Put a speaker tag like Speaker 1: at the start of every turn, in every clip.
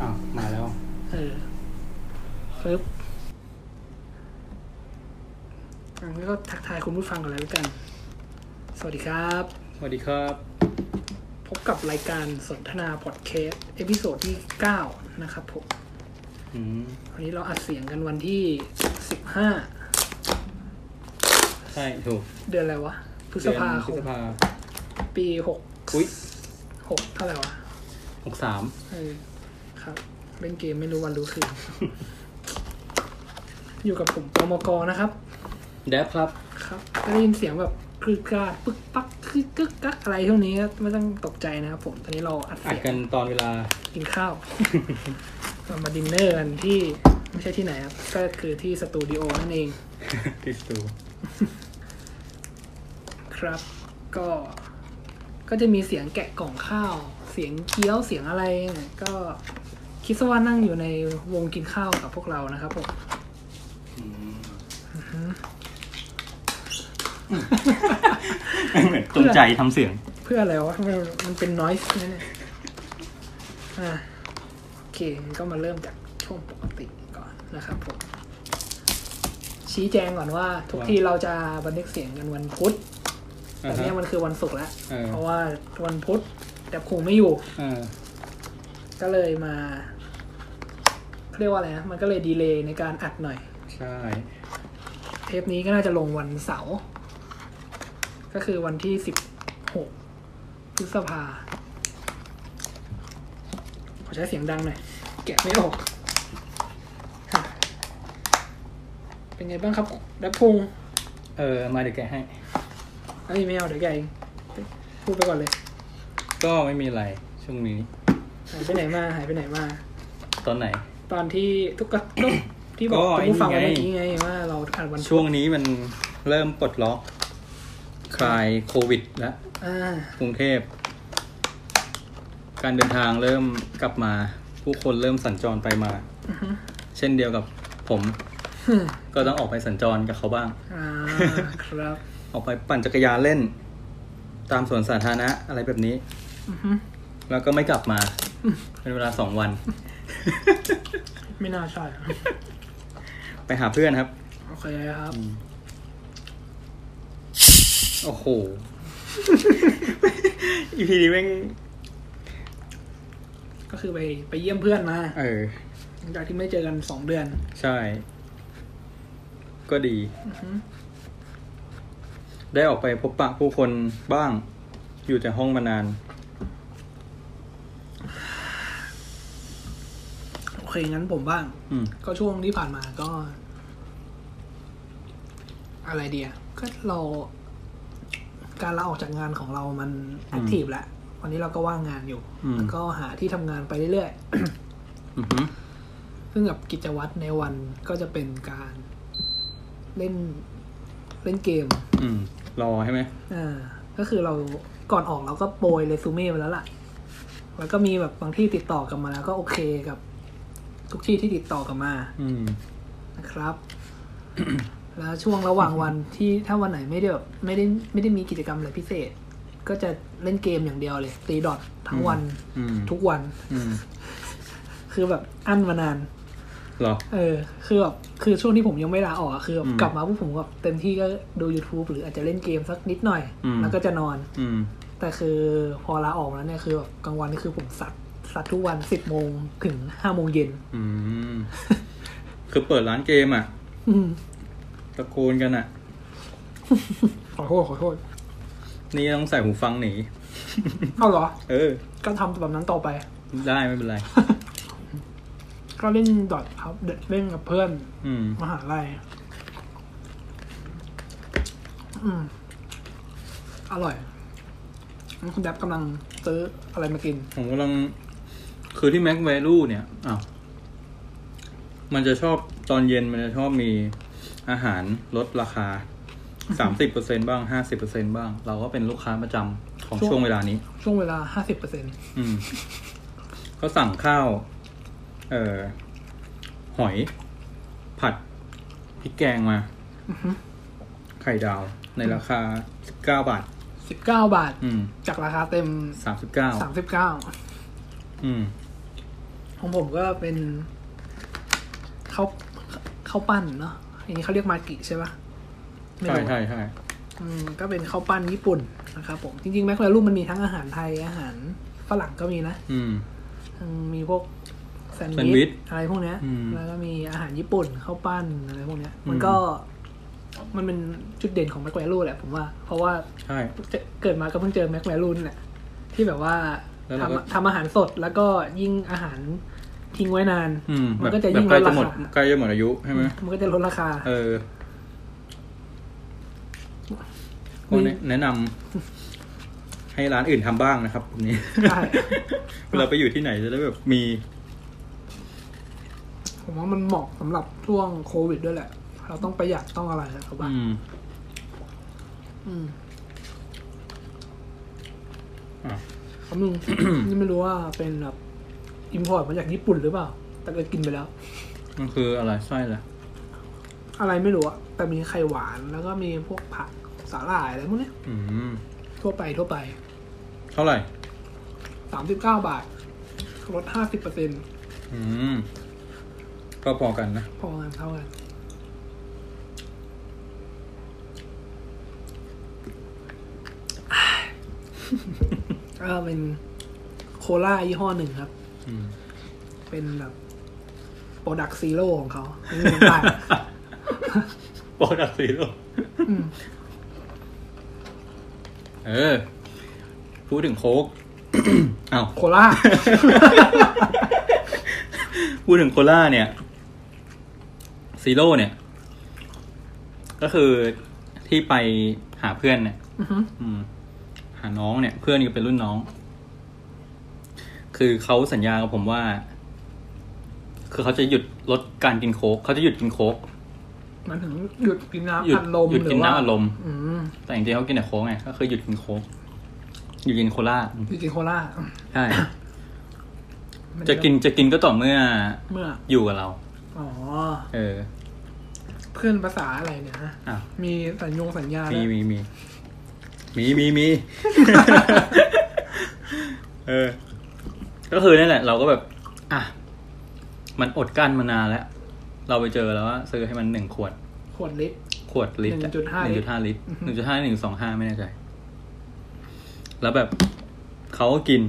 Speaker 1: อ่ะมาแล้ว
Speaker 2: เออปึ๊บอันนี้ก็ทักทายคุณผู้ฟังกันแล้วกัน สวัสดีครับ
Speaker 1: สวัสดีครับ
Speaker 2: พบกับรายการสนทนาพอดแคสต์เอพิโซดที่ 9 นะครับผม
Speaker 1: อืม
Speaker 2: วันนี้เราอัดเสียงกันวันที่ 15
Speaker 1: ใช่ถูก
Speaker 2: เดือนอะไรวะ พฤษภาค
Speaker 1: เดือนพฤ
Speaker 2: ม
Speaker 1: ษภา
Speaker 2: ปี6
Speaker 1: อุ๊ย
Speaker 2: 6เท่าไหร่วะ
Speaker 1: หกสาม
Speaker 2: เออครับ เล่นเกมไม่รู้วันรู้ คืน อยู่กับผมปมกนะครับ
Speaker 1: แดบครับ
Speaker 2: ครับก็ได้ยินเสียงแบบกรึกกราดปึกปักคึกกึกกักอะไรเท่านี้ก็ไม่ต้องตกใจนะครับผม ตอนนี้เราอัด
Speaker 1: อัด
Speaker 2: เสีย
Speaker 1: กั
Speaker 2: ง
Speaker 1: นตอนเวลา
Speaker 2: กินข้าว เรามาดินเนอร์กันที่ไม่ใช่ที่ไหนครับ ก็คือที่สตูดิโอนั่นเอง
Speaker 1: ติดตู
Speaker 2: ครับ ก็ก็จะมีเสียงแกะกล่องข้าว เสียงเคี้ยวเสียงอะไรเนี่ยก็คิดซะว่านั่งอยู่ในวงกินข้าวกับพวกเรานะครับผม
Speaker 1: เหมือนจงใจทำเสียง
Speaker 2: เพื่ออะไรวะมันมันเป็น noise นะเนี่ยอ่ะโอเคงั้นก็มาเริ่มจากช่วงปกติก่อนนะครับผม ชี้แจงก่อนว่า ทุก
Speaker 1: ว่า
Speaker 2: ทีเราจะบันทึกเสียงกันวันพุธ แต่เนี่ยมันคือวันศุกร์แล้ว
Speaker 1: เออ
Speaker 2: เพราะว่าวันพุธแต่คงไม่อยู่
Speaker 1: อ่า
Speaker 2: ก็เลยมาเขาเรียกว่าอะไรนะ มันก็เลยดีเลย์ในการอัดหน่อย
Speaker 1: ใช่
Speaker 2: เทปนี้ก็น่าจะลงวันเสาร์ ก็คือวันที่สิบหกพฤษภาขอใช้เสียงดังหน่อย แกะไม่ออกค่ะเป็นไงบ้างครับดับพงษ์
Speaker 1: เออ มาเดี๋ยวแกะให้
Speaker 2: เอ้ยไม่เอาเดี๋ยวแกเองพูดไปก่อนเลย
Speaker 1: ก็ไม่มีอะไรช่วงนี้
Speaker 2: หายไปไหนมาหายไปไหนมา
Speaker 1: ตอนไหน
Speaker 2: ตอน ที่ทุกกะทุกที่บอก
Speaker 1: ก็
Speaker 2: คุณผู้ฟังไว้
Speaker 1: ไอ้นี่
Speaker 2: เมื่อกี้
Speaker 1: ไง
Speaker 2: ไงว่าเราอ่านวัน
Speaker 1: ช่วงนี้มันเริ่มปลดล็อก คลายโควิดแล้ว
Speaker 2: อ่าก
Speaker 1: รุงเทพ การเดินทางเริ่มกลับมา ผู้คนเริ่มสัญจรไปมา
Speaker 2: อือฮึ
Speaker 1: เช่นเดียวกับผม ก็ต้องออกไปสัญจรกับเขาบ้าง
Speaker 2: อ่าครับ
Speaker 1: ออกไปปั่นจักรยานเล่น ตามสวนสาธารณะอะไรแบบนี้
Speaker 2: อือฮึ
Speaker 1: แล้วก็ไม่กลับมา เป็นเวลาสองวัน
Speaker 2: ไม่น่าใช่
Speaker 1: ไปหาเพื่อนครับ
Speaker 2: โอเคครับ
Speaker 1: โอ้โห อีพีนี้แม่ง
Speaker 2: ก็คือไปไปเยี่ยมเพื่อนมา
Speaker 1: เออ
Speaker 2: หลังจากที่ไม่เจอกันสองเดือน
Speaker 1: ใช่ ก็ดี
Speaker 2: อือฮึ
Speaker 1: ได้ออกไปพบปะผู้คนบ้าง อยู่แต่ห้องมานาน
Speaker 2: โอเคงั้นผมบ้าง
Speaker 1: อืม
Speaker 2: ก็ช่วงที่ผ่านมาก็ อะไรเดียก็เรา การลาออกจากงานของเรามัน
Speaker 1: อื
Speaker 2: แอ
Speaker 1: ม
Speaker 2: คทีฟแล้ววันนี้เราก็ว่างงานอยู่
Speaker 1: อืม
Speaker 2: แล้วก็หาที่ทำงานไปเรื่อย
Speaker 1: อือหือ
Speaker 2: ๆ ซึ่งกับกิจวัตรในวันก็จะเป็นการเล่นเล่นเกม
Speaker 1: อืม รอใช่ไหม
Speaker 2: อ่าก็คือเราก่อนออกเราก็โปรยเรซูเม่ไปแล้วล่ะ แล้วก็มีแบบบางที่ติดต่อกลับมาแล้วก็โอเคกับ ทุกที่ที่ติดต่อกลับมา
Speaker 1: อืม
Speaker 2: นะครับ แล้วช่วงระหว่างวันที่ถ้าวันไหนไม่ได้แบบไม่ได้ไม่ได้มีกิจกรรมอะไรพิเศษ ก็จะเล่นเกมอย่างเดียวเลยตีดอททั้งวัน
Speaker 1: อืม
Speaker 2: ทุกวัน
Speaker 1: อืม
Speaker 2: คือแบบอั้นมานาน
Speaker 1: เหรอ
Speaker 2: เออ คือแบบคือช่วงที่ผมยังไม่ลาออกอะคือแบบ
Speaker 1: อืม
Speaker 2: กลับมาพวกผมก็เต็มที่ก็ดู YouTube หรืออาจจะเล่นเกมสักนิดหน่อย
Speaker 1: อืม
Speaker 2: แล้วก็จะนอน
Speaker 1: อืม
Speaker 2: แต่คือพอลาออกแล้วเนี่ยคือแบบกลางวันนี่คือผมสัตว์สัตว์ทุกวันสิบโมงถึงห้าโมงเย็น
Speaker 1: อืม คือเปิดร้านเกมอ่ะ
Speaker 2: อืม
Speaker 1: ตะโกนกันอ่ะ
Speaker 2: ขอโทษขอโทษ
Speaker 1: นี่ต้องใส่หูฟังหนี
Speaker 2: เอาเหรอ
Speaker 1: เออ
Speaker 2: ก็ทำแบบนั้นต่อไป
Speaker 1: ได้ไม่เป็นไร
Speaker 2: ก็เล่นดอทครับเล่นกับเพื่อน
Speaker 1: อืม
Speaker 2: มหาลัยอืม อร่อยงั้นคุณแดบกำลังซื้ออะไรมากิน
Speaker 1: ผมกำลัง คือที่แม็กแวลูเนี่ย อ้าว มันจะชอบตอนเย็นมันจะชอบมีอาหารลดราคาสามสิบเปอร์เซ็นบ้างห้าสิบเปอร์เซ็นบ้าง เราก็เป็นลูกค้าประจำของ
Speaker 2: ช่วง
Speaker 1: ช่วงเวลานี้
Speaker 2: ช่วงเวลาห้าสิบเปอร์เซ็นต์
Speaker 1: อืม ก็สั่งข้าว เอ่อ หอย ผัดพริกแกงมา ไข่ดาว ในราคาสิบเก้าบาท
Speaker 2: สิบเก้าบาท
Speaker 1: อืม
Speaker 2: จากราคาเต็ม
Speaker 1: สามสิบเก้า
Speaker 2: สามสิบเก้า
Speaker 1: อืม
Speaker 2: ของผมก็เป็นข้าวข้าวปั้นเนาะอย่างนี้เขาเรียกมากิใช่ปะไม่
Speaker 1: ใช่
Speaker 2: รู้
Speaker 1: ใช่ใช่
Speaker 2: อืมก็เป็นข้าวปั้นญี่ปุ่นนะครับผม จริงๆแมคโครรูปมันมีทั้งอาหารไทยอาหารฝรั่งก็มีนะ
Speaker 1: อืม
Speaker 2: อืมมีพวกแซน
Speaker 1: แซนด์
Speaker 2: ด์
Speaker 1: วิ
Speaker 2: วิช
Speaker 1: ช
Speaker 2: อะไรพวกเนี้ย
Speaker 1: อืม
Speaker 2: แล้วก็มีอาหารญี่ปุ่นข้าวปั้นอะไรพวกเนี้ย มัน
Speaker 1: อืม
Speaker 2: ก็มันเป็นจุดเด่นของแมคโครรูปแหละผมว่า เพราะว่า
Speaker 1: ใช่
Speaker 2: เจอเกิดมาก็เพิ่งเจอแมคโครรูปนี่แหละที่แบบว่า
Speaker 1: แล้วเราก็
Speaker 2: ทำทำอาหารสดแล้วก็ยิ่งอาหารทิ้งไว้นาน
Speaker 1: อืม
Speaker 2: มั
Speaker 1: แบ
Speaker 2: น
Speaker 1: บ
Speaker 2: ก็จะ
Speaker 1: แบ
Speaker 2: ยิ่
Speaker 1: บ
Speaker 2: ง
Speaker 1: ใกล้
Speaker 2: ลด
Speaker 1: จะ
Speaker 2: รา
Speaker 1: หมด
Speaker 2: คา
Speaker 1: ใกล้จะหมดอายุใช่ไหม
Speaker 2: มันก็จะลดราคา
Speaker 1: เออก็แนะแนะนำให้ร้านอื่นทำบ้างนะครับตรงนี้
Speaker 2: ใช่
Speaker 1: เวลาไปอยู่ที่ไหนจะได้แบบมี
Speaker 2: ผมว่ามันเหมาะสำหรับช่วงโควิดด้วยแหละ เราต้องประหยัดต้องอะไรนะครับว่า
Speaker 1: อืม
Speaker 2: อืม
Speaker 1: อ่ะ
Speaker 2: คำนึง นี่ไม่รู้ว่าเป็นแบบอิมพอร์ตมาจากญี่ปุ่นหรือเปล่า แต่ก็กินไปแล้ว
Speaker 1: มันคืออะไรไส้ล่ะ
Speaker 2: อะไรไม่รู้อะแต่มีไข่หวานแล้วก็มีพวกผักสาหร่ายอะไรพวกเนี้ย
Speaker 1: อืม
Speaker 2: ทั่วไปทั่วไป
Speaker 1: เท่าไหร่
Speaker 2: สามสิบเก้าบาทลดห้าสิบเปอร์เซ็น
Speaker 1: อืม ก็พอกันนะ
Speaker 2: พอกันเท่ากัน อ่ะ ก็เป็นโคลายี่ห้อหนึ่งครับ
Speaker 1: อืม
Speaker 2: เป็นแบบโปรดักซีโร่ของเขาไม่มีน้ำตาล
Speaker 1: โปรดักสีลูก
Speaker 2: อืม
Speaker 1: เออ พูดถึงโค้ก อ้าว
Speaker 2: โคลา
Speaker 1: พูดถึงโคล่าเนี่ยซีโร่เนี่ย ก็คือที่ไปหาเพื่อนเนี่ย
Speaker 2: อือฮึ
Speaker 1: อืม หาน้องเนี่ย เพื่อนก็เป็นรุ่นน้อง คือเขาสัญญากับผมว่า คือเขาจะหยุดลดการกินโค้กเขาจะหยุดกินโค้ก
Speaker 2: มันถึงหยุดกินน้ำ
Speaker 1: หยุด
Speaker 2: อัดลม
Speaker 1: หยุด
Speaker 2: หรื
Speaker 1: กิน
Speaker 2: อว่า
Speaker 1: น้ำอารมณ์
Speaker 2: อืม
Speaker 1: แต่จริงๆเขากินแต่โค้กไงก็คือหยุดกินโค้กหยุดกินโคล่า
Speaker 2: หยุดกินโคลา
Speaker 1: ใช่ จะกินจะกินก็ต่อเมื่อ
Speaker 2: เมื่อ
Speaker 1: อยู่กับเรา
Speaker 2: อ๋อ
Speaker 1: เออ
Speaker 2: เพื่อนภาษาอะไรเนี่ยฮะ
Speaker 1: อ้าว
Speaker 2: มีสัญญงสัญญา
Speaker 1: มี
Speaker 2: ด้วย
Speaker 1: มีมีมีมี มี เออ ก็คือนั่นแหละ เราก็แบบ อ่ะ มันอดกั้นมานานแล้ว เราไปเจอแล้วว่าซื้อให้มันหนึ่งขวด
Speaker 2: ขวดเล็ก
Speaker 1: ขวดลิตรอะ
Speaker 2: 1.5
Speaker 1: 1.5 ลิตรหนึ่งจุดห้าหนึ่งสองห้าไม่แน่ใจ แล้วแบบเขาก็กิน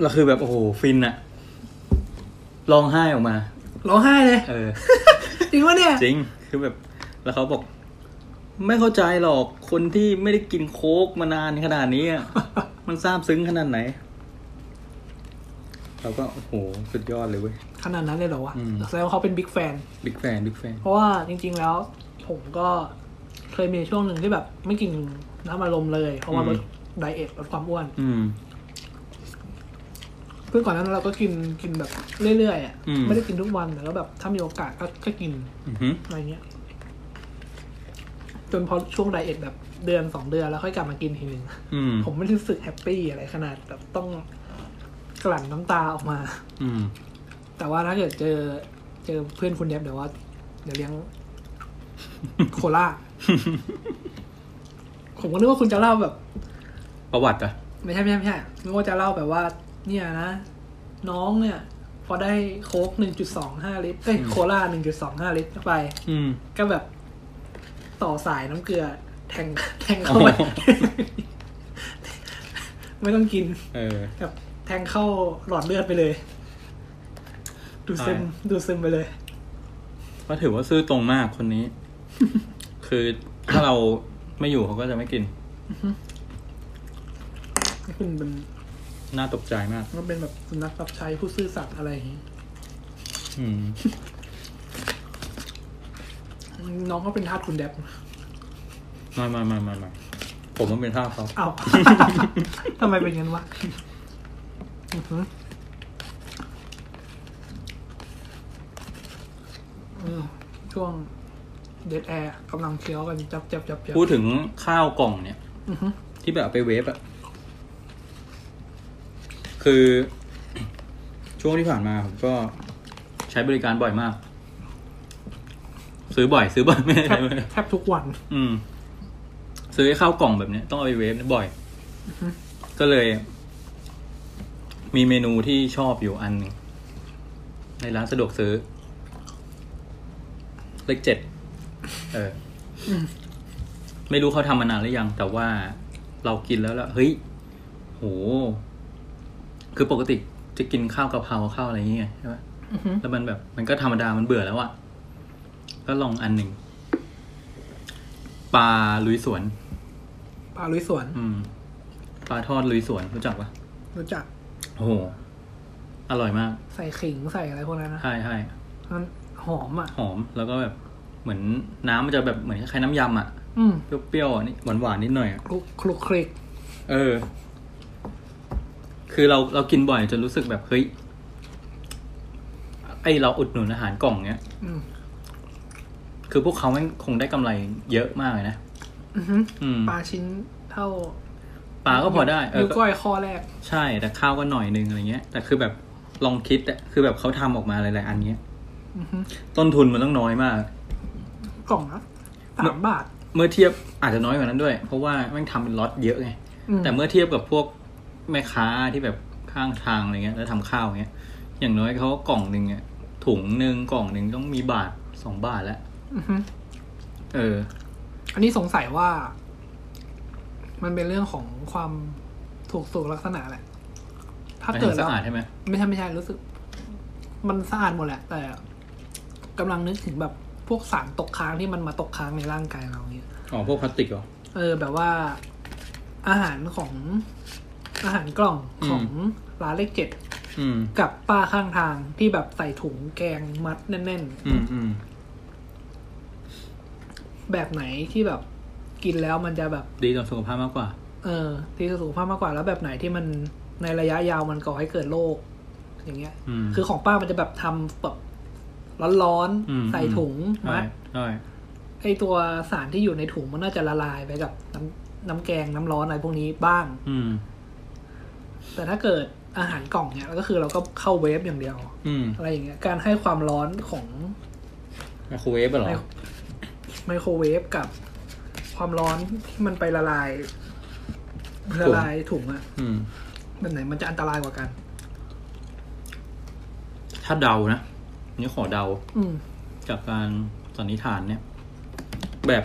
Speaker 1: เราคือแบบโอ้โหฟินอะร้องไห้ออกมา
Speaker 2: ร้องไห้เลย
Speaker 1: เออ
Speaker 2: จริงวะเนี่ย
Speaker 1: จริง คือแบบ แล้วเขาบอก ไม่เข้าใจหรอก คนที่ไม่ได้กินโค้กมานานขนาดนี้ อะ มันซาบซึ้งขนาดไหน เราก็ โอ้โห สุดยอดเลยเว้ย
Speaker 2: ขนาดนั้นเลยเหรอวะ
Speaker 1: อืม
Speaker 2: แสดงว่าเขาเป็นบิ๊กแฟน
Speaker 1: บิ๊กแฟน บิ๊กแฟน
Speaker 2: เพราะว่าจริง ๆ แล้ว ผมก็เคยมีช่วงหนึ่งที่แบบ ไม่กินน้ำอารมณ์เลย เพราะว่า
Speaker 1: อืม
Speaker 2: ลดไดเอทลดความอ้วน
Speaker 1: อืม
Speaker 2: ซึ่งก่อนหนานั้นเราก็กินกินแบบเรื่อยๆอ่ะ
Speaker 1: อืม
Speaker 2: ไม่ได้กินทุกวันแต่ก็แบบถ้ามีโอกาสก็ก็กิน
Speaker 1: อือหือ
Speaker 2: อะไรเงี้ย จนพอช่วงไดเอทแบบเดือนสองเดือนแล้วค่อยกลับมากินทีหนึ่ง
Speaker 1: อืม
Speaker 2: ผมไม่ได้รู้สึกแฮปปี้อะไรขนาดแบบต้องกลั่นน้ำตาออกมา
Speaker 1: อืม
Speaker 2: แต่ว่าถ้าเกิดเจอเจอเพื่อนคุณเดฟเดี๋ยวว่า เดี๋ยวเลี้ยง โคลาผมก็นึกว่าคุณจะเล่าแบบ
Speaker 1: ประวัติอะ
Speaker 2: ไม่ใช่ไม่ใช่ไม่ใช่นึกว่าจะเล่าแบบว่า เนี่ยนะ น้องเนี่ย พอได้โค้กหนึ่งจุดสองห้าลิตรเอ้ย
Speaker 1: อืม
Speaker 2: โคลาหนึ่งจุดสองห้าลิตรเข้าไป
Speaker 1: อืม
Speaker 2: ก็แบบต่อสายน้ำเกลือ แทง แทงเข้าไป
Speaker 1: โอ้โห
Speaker 2: ไม่ต้องกิน
Speaker 1: เออ
Speaker 2: แบบแทงเข้าหลอดเลือดไปเลย ดูดซึม
Speaker 1: ใช่
Speaker 2: ดูดซึมไปเลย
Speaker 1: ก็ถือว่าซื่อตรงมากคนนี้ คือถ้าเราไม่อยู่เขาก็จะไม่กิน
Speaker 2: คุณเป็น
Speaker 1: น่าตกใจมาก
Speaker 2: มันเป็นแบบสุนัขรับใช้ผู้ซื่อสัตย์อะไรอย่างงี้
Speaker 1: อื ม
Speaker 2: น้องก็เป็นทาสคุณแดบ
Speaker 1: มามามามามาผมมันเป็นท่าสเขา
Speaker 2: เอา ทำไมเป็นงั้นวะอื้อหือ ช่วงเดดแอร์กำลังเคี้ยวกันจับจับจับจับ
Speaker 1: พูดถึงข้าวกล่องเนี่ย
Speaker 2: อือฮึ
Speaker 1: ที่แบบเอาไปเวฟอะคือ ช่วงที่ผ่านมาผมก็ใช้บริการบ่อยมาก ซื้อบ่อย ซื้อบ่อยไม่ได้
Speaker 2: แท
Speaker 1: ใช้
Speaker 2: บ
Speaker 1: บ่อย
Speaker 2: แทบทุกวัน
Speaker 1: อืม ซื้อไอ้ข้าวกล่องแบบเนี้ยต้องเอาไปเวฟเนี่ยบ่อย ก็เลย มีเมนูที่ชอบอยู่อันหนึ่งในร้านสะดวกซื้อ เลขเจ็ดเอออ
Speaker 2: ม
Speaker 1: ไม่รู้เขาทำมานานหรือยัง แต่ว่าเรากินแล้วแล้วเฮ้ยโห คือปกติจะกินข้าวกะเพราข้าวอะไรอย่างเงี้ยใช่ไหม
Speaker 2: อือฮึ
Speaker 1: แล้วมันแบบ มันก็ธรรมดามันเบื่อแล้วอะก็ลองอันหนึ่งปลาลุยสวน
Speaker 2: ปลาลุยสวน
Speaker 1: อืมปลาทอดลุยสวนรู้จักปะ
Speaker 2: รู้จัก
Speaker 1: โอ้โห อร่อยมาก
Speaker 2: ใส่ขิงใส่อะไรพวกนั้นนะ
Speaker 1: ใช่ใช่
Speaker 2: มันหอมอ่ะ
Speaker 1: หอมแล้วก็แบบ เหมือนน้ำมันจะแบบเหมือนคล้ายๆน้ำยำอ่ะ
Speaker 2: อืม
Speaker 1: เปรี้ยวๆอ่ะนี่หวานๆนิดหน่อยอ่ะ
Speaker 2: คลุกคลุกคลิก
Speaker 1: เออ คือเราเรากินบ่อยจนรู้สึกแบบเฮ้ย ไอเราอุดหนุนอาหารกล่องเนี้ย
Speaker 2: อืม
Speaker 1: คือพวกเขาแม่งคงได้กำไรเยอะมากเลยนะ
Speaker 2: อือฮึ
Speaker 1: อืม
Speaker 2: ปลาชิ้นเท่า
Speaker 1: ปลาก็พอได้ เอ
Speaker 2: นิ้
Speaker 1: อ
Speaker 2: ว
Speaker 1: ก็
Speaker 2: ก้อยข้อแรก
Speaker 1: ใช่ แต่ข้าวก็หน่อยนึงอะไรเงี้ย แต่คือแบบลองคิดอะคือแบบเขาทำออกมาหลายๆอันเงี้ย
Speaker 2: อือฮึ
Speaker 1: ต้นทุนมันต้องน้อยมาก
Speaker 2: กล่องละสามบาท
Speaker 1: เมื่อเทียบอาจจะน้อยกว่านั้นด้วย เพราะว่าแม่งทำเป็นล็อตเยอะไง
Speaker 2: ม
Speaker 1: แต่เมื่อเทียบกับพวกแม่ค้าที่แบบข้างทางอะไรเงี้ย แล้วทำข้าวเงี้ย อย่างน้อยเขาก็กล่องหนึ่งเนี่ยถุงหนึ่งกล่องหนึ่งต้องมีบาทสองบาทแล้ว
Speaker 2: อือฮึ
Speaker 1: เออ
Speaker 2: อันนี้สงสัยว่า มันเป็นเรื่องของความถูกสุขลักษณะแหละ ถ้า
Speaker 1: มัน
Speaker 2: เกิด
Speaker 1: สะ
Speaker 2: แล้ว
Speaker 1: อาดใช่ไหม
Speaker 2: ไม่ใช่ไม่ใช่รู้สึก มันสะอาดหมดแหละ แต่กำลังนึกถึงแบบพวกสารตกค้างที่มันมาตกค้างในร่างกายเราเนี่ย
Speaker 1: อ๋อ พวกพลาสติกเหรอ
Speaker 2: เออ แบบว่า อาหารของอาหารกล่อง
Speaker 1: อืม
Speaker 2: ของร้านเลขเจ็ด
Speaker 1: อืม
Speaker 2: กับป้าข้างทางที่แบบใส่ถุงแกงมัดแน่น
Speaker 1: อืมอืม
Speaker 2: ๆ แบบไหนที่แบบกินแล้วมันจะแบบ
Speaker 1: ดีต่อสุขภาพมากกว่า
Speaker 2: เออที่สุขภาพมากกว่าแล้วแบบไหนที่มันในระยะยาวมันก่อให้เกิดโรคอย่างเงี้ย
Speaker 1: อืม
Speaker 2: คือของป้ามันจะแบบทำแบบร้อน
Speaker 1: อืม
Speaker 2: ๆใส่ถุง
Speaker 1: ใช่
Speaker 2: มัด
Speaker 1: ใช่
Speaker 2: ไอตัวสารที่อยู่ในถุงมันน่าจะละลายไปกับน้ำน้ำแกงน้ำร้อนอะไรพวกนี้บ้าง
Speaker 1: อืม
Speaker 2: แต่ถ้าเกิดอาหารกล่องเนี่ยก็คือเราก็เข้าเวฟอย่างเดียว
Speaker 1: อืม
Speaker 2: อะไรอย่างเงี้ยการให้ความร้อนของ
Speaker 1: ไมโครเวฟอะเหรอ
Speaker 2: ไมโครไมโครเวฟกับความร้อนที่มันไปละลายละลายถุงอะ
Speaker 1: อืม
Speaker 2: แบบไหนมันจะอันตรายกว่ากัน
Speaker 1: ถ้าเดานะอันนี่ขอเดา
Speaker 2: อืม
Speaker 1: จากการสันนิษฐานเนี่ย แบบ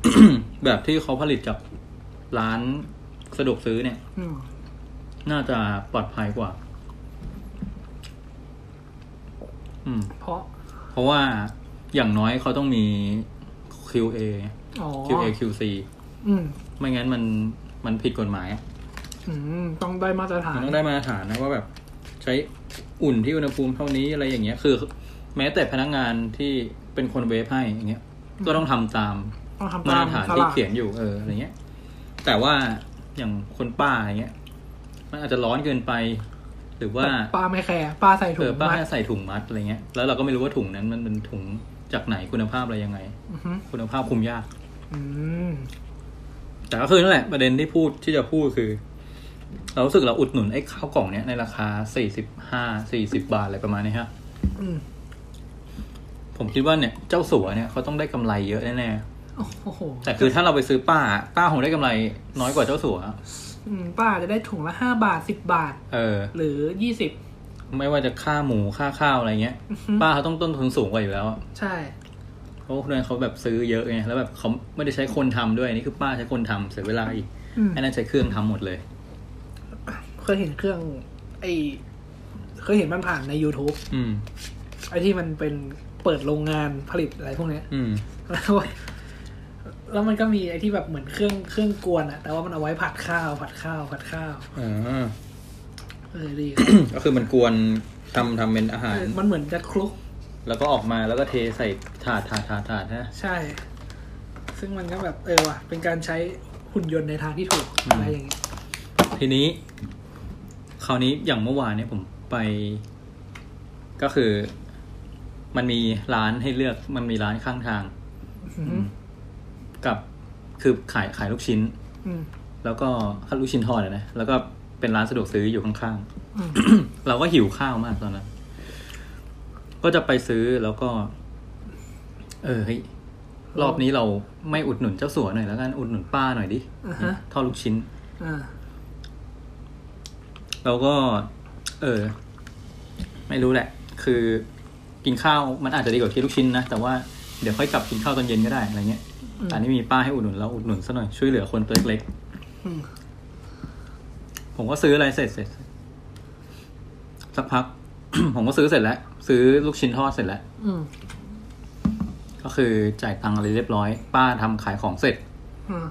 Speaker 1: แบบที่เขาผลิตจากร้านสะดวกซื้อเนี่ย
Speaker 2: อืม
Speaker 1: น่าจะปลอดภัยกว่า อืม
Speaker 2: เพราะ
Speaker 1: เพราะว่าอย่างน้อยเขาต้องมี QA
Speaker 2: อ๋อ
Speaker 1: QA QC
Speaker 2: อืม
Speaker 1: ไม่งั้นมันมันผิดกฎหมายอะ
Speaker 2: อืมต้องได้มาตรฐา
Speaker 1: มัน
Speaker 2: น
Speaker 1: ต้องได้มาตรฐานนะว่าแบบ ใช้อุ่นที่อุณหภูมิเท่านี้อะไรอย่างเงี้ย คือ แม้แต่พนักงานที่เป็นคนเวฟให้อย่างเงี้ย ก็ต้องทำตาม
Speaker 2: ต้องทำ
Speaker 1: มา
Speaker 2: ตา
Speaker 1: ต
Speaker 2: ม
Speaker 1: รฐาน
Speaker 2: ต
Speaker 1: ที่
Speaker 2: ลาด
Speaker 1: เขียนอยู่เอออะไรเงี้ย แต่ว่าอย่างคนป้าอะไรเงี้ย มันอาจจะร้อนเกินไป หรือว่า
Speaker 2: ปลาไม่แคร์ปลาใส่
Speaker 1: เอ
Speaker 2: ถุง
Speaker 1: อป้า
Speaker 2: มัด
Speaker 1: แค่ใส่ถุงมัดอะไรเงี้ยแล้วเราก็ไม่รู้ว่าถุงนั้นมันเป็นถุงจากไหนคุณภาพอะไรยังไง
Speaker 2: อือฮึ
Speaker 1: คุณภาพคุมยาก
Speaker 2: อืม
Speaker 1: แต่ก็คือนั่นแหละประเด็นที่พูดที่จะพูดคือ เรารู้สึกเราอุดหนุนไอ้ข้าวกล่องเนี้ยในราคาสี่สิบห้าสี่สิบาทอะไรประมาณนี้ฮะ
Speaker 2: อืม
Speaker 1: ผมคิดว่าเนี่ยเจ้าสัวเนี่ยเขาต้องได้กำไรเยอะแน่
Speaker 2: โอ้โห
Speaker 1: ๆแต่คือถ้าเราไปซื้อป้า ป้าคงได้กำไรน้อยกว่าเจ้าสัว
Speaker 2: อืมป้าอาจจะได้ถุงละห้าบาทสิบบาท
Speaker 1: เออ
Speaker 2: หรือยี่สิบ
Speaker 1: ไม่ว่าจะค่าหมูค่าข้าวอะไรเงี้ย
Speaker 2: อือฮึ
Speaker 1: ป้าเขาต้องต้นทุนสูงกว่าอยู่แล้วอะ
Speaker 2: ใช่
Speaker 1: เพราะคนนั้นเขาแบบซื้อเยอะไงแล้วแบบเขาไม่ได้ใช้คนทำด้วยนี่คือป้าใช้คนทำเสียเวลาอีก
Speaker 2: อืม
Speaker 1: ไอ้นั่นใช้เครื่องทำหมดเลย
Speaker 2: เคยเห็นเครื่อง ไอเคยเห็นมันผ่านใน YouTube
Speaker 1: อืม
Speaker 2: ไอที่มันเป็นเปิดโรงงานผลิตอะไรพวกเนี้ย
Speaker 1: อืม
Speaker 2: แล้วแล้วมันก็มีไอที่แบบเหมือนเครื่องเครื่องกวนอะแต่ว่ามันเอาไว้ผัดข้าวผัดข้าวผัดข้าว
Speaker 1: อ่า
Speaker 2: เออดี
Speaker 1: ก็คือมันกวนทำทำเป็นอาหาร
Speaker 2: มันเหมือนจะคลุก
Speaker 1: แล้วก็ออกมาแล้วก็เทใส่ถาดถาดถาดถาดนะ
Speaker 2: ใช่ ซึ่งมันก็แบบเออว่ะ เป็นการใช้หุ่นยนต์ในทางที่ถูก
Speaker 1: อืม
Speaker 2: อะไรอย่างเงี้ย
Speaker 1: ทีนี้ คราวนี้อย่างเมื่อวานเนี่ยผมไป ก็คือ มันมีร้านให้เลือกมันมีร้านข้างทาง
Speaker 2: อืม
Speaker 1: กับคือขายขายลูกชิ้น
Speaker 2: อืม
Speaker 1: แล้วก็ขายลูกชิ้นทอดอะนะแล้วก็เป็นร้านสะดวกซื้ออยู่ข้าง
Speaker 2: อืม
Speaker 1: ๆ เราก็หิวข้าวมากตอนนั้น ก็จะไปซื้อแล้วก็ เออเฮ้ยรอบนี้เราไม่อุดหนุนเจ้าสัวหน่อยแล้วกันอุดหนุนป้าหน่อยดิ
Speaker 2: อ่าฮะ
Speaker 1: ทอดลูกชิ้น
Speaker 2: อ่า
Speaker 1: เราก็ เออ ไม่รู้แหละ คือกินข้าวมันอาจจะดีกว่าที่ลูกชิ้นนะ แต่ว่าเดี๋ยวค่อยกลับกินข้าวตอนเย็นก็ได้อะไรเงี้ยแต่อันนี้มีป้าให้อุดหนุนเราอุดหนุนซะหน่อยช่วยเหลือคนตัวเล็ก
Speaker 2: อืม
Speaker 1: ๆผมก็ซื้ออะไรเสร็จเสร็จสักพัก ผมก็ซื้อเสร็จแล้ว ซื้อลูกชิ้นทอดเสร็จแล้ว
Speaker 2: อืม
Speaker 1: ก็คือจ่ายตังค์อะไรเรียบร้อย ป้าทำขายของเสร็จ
Speaker 2: อืม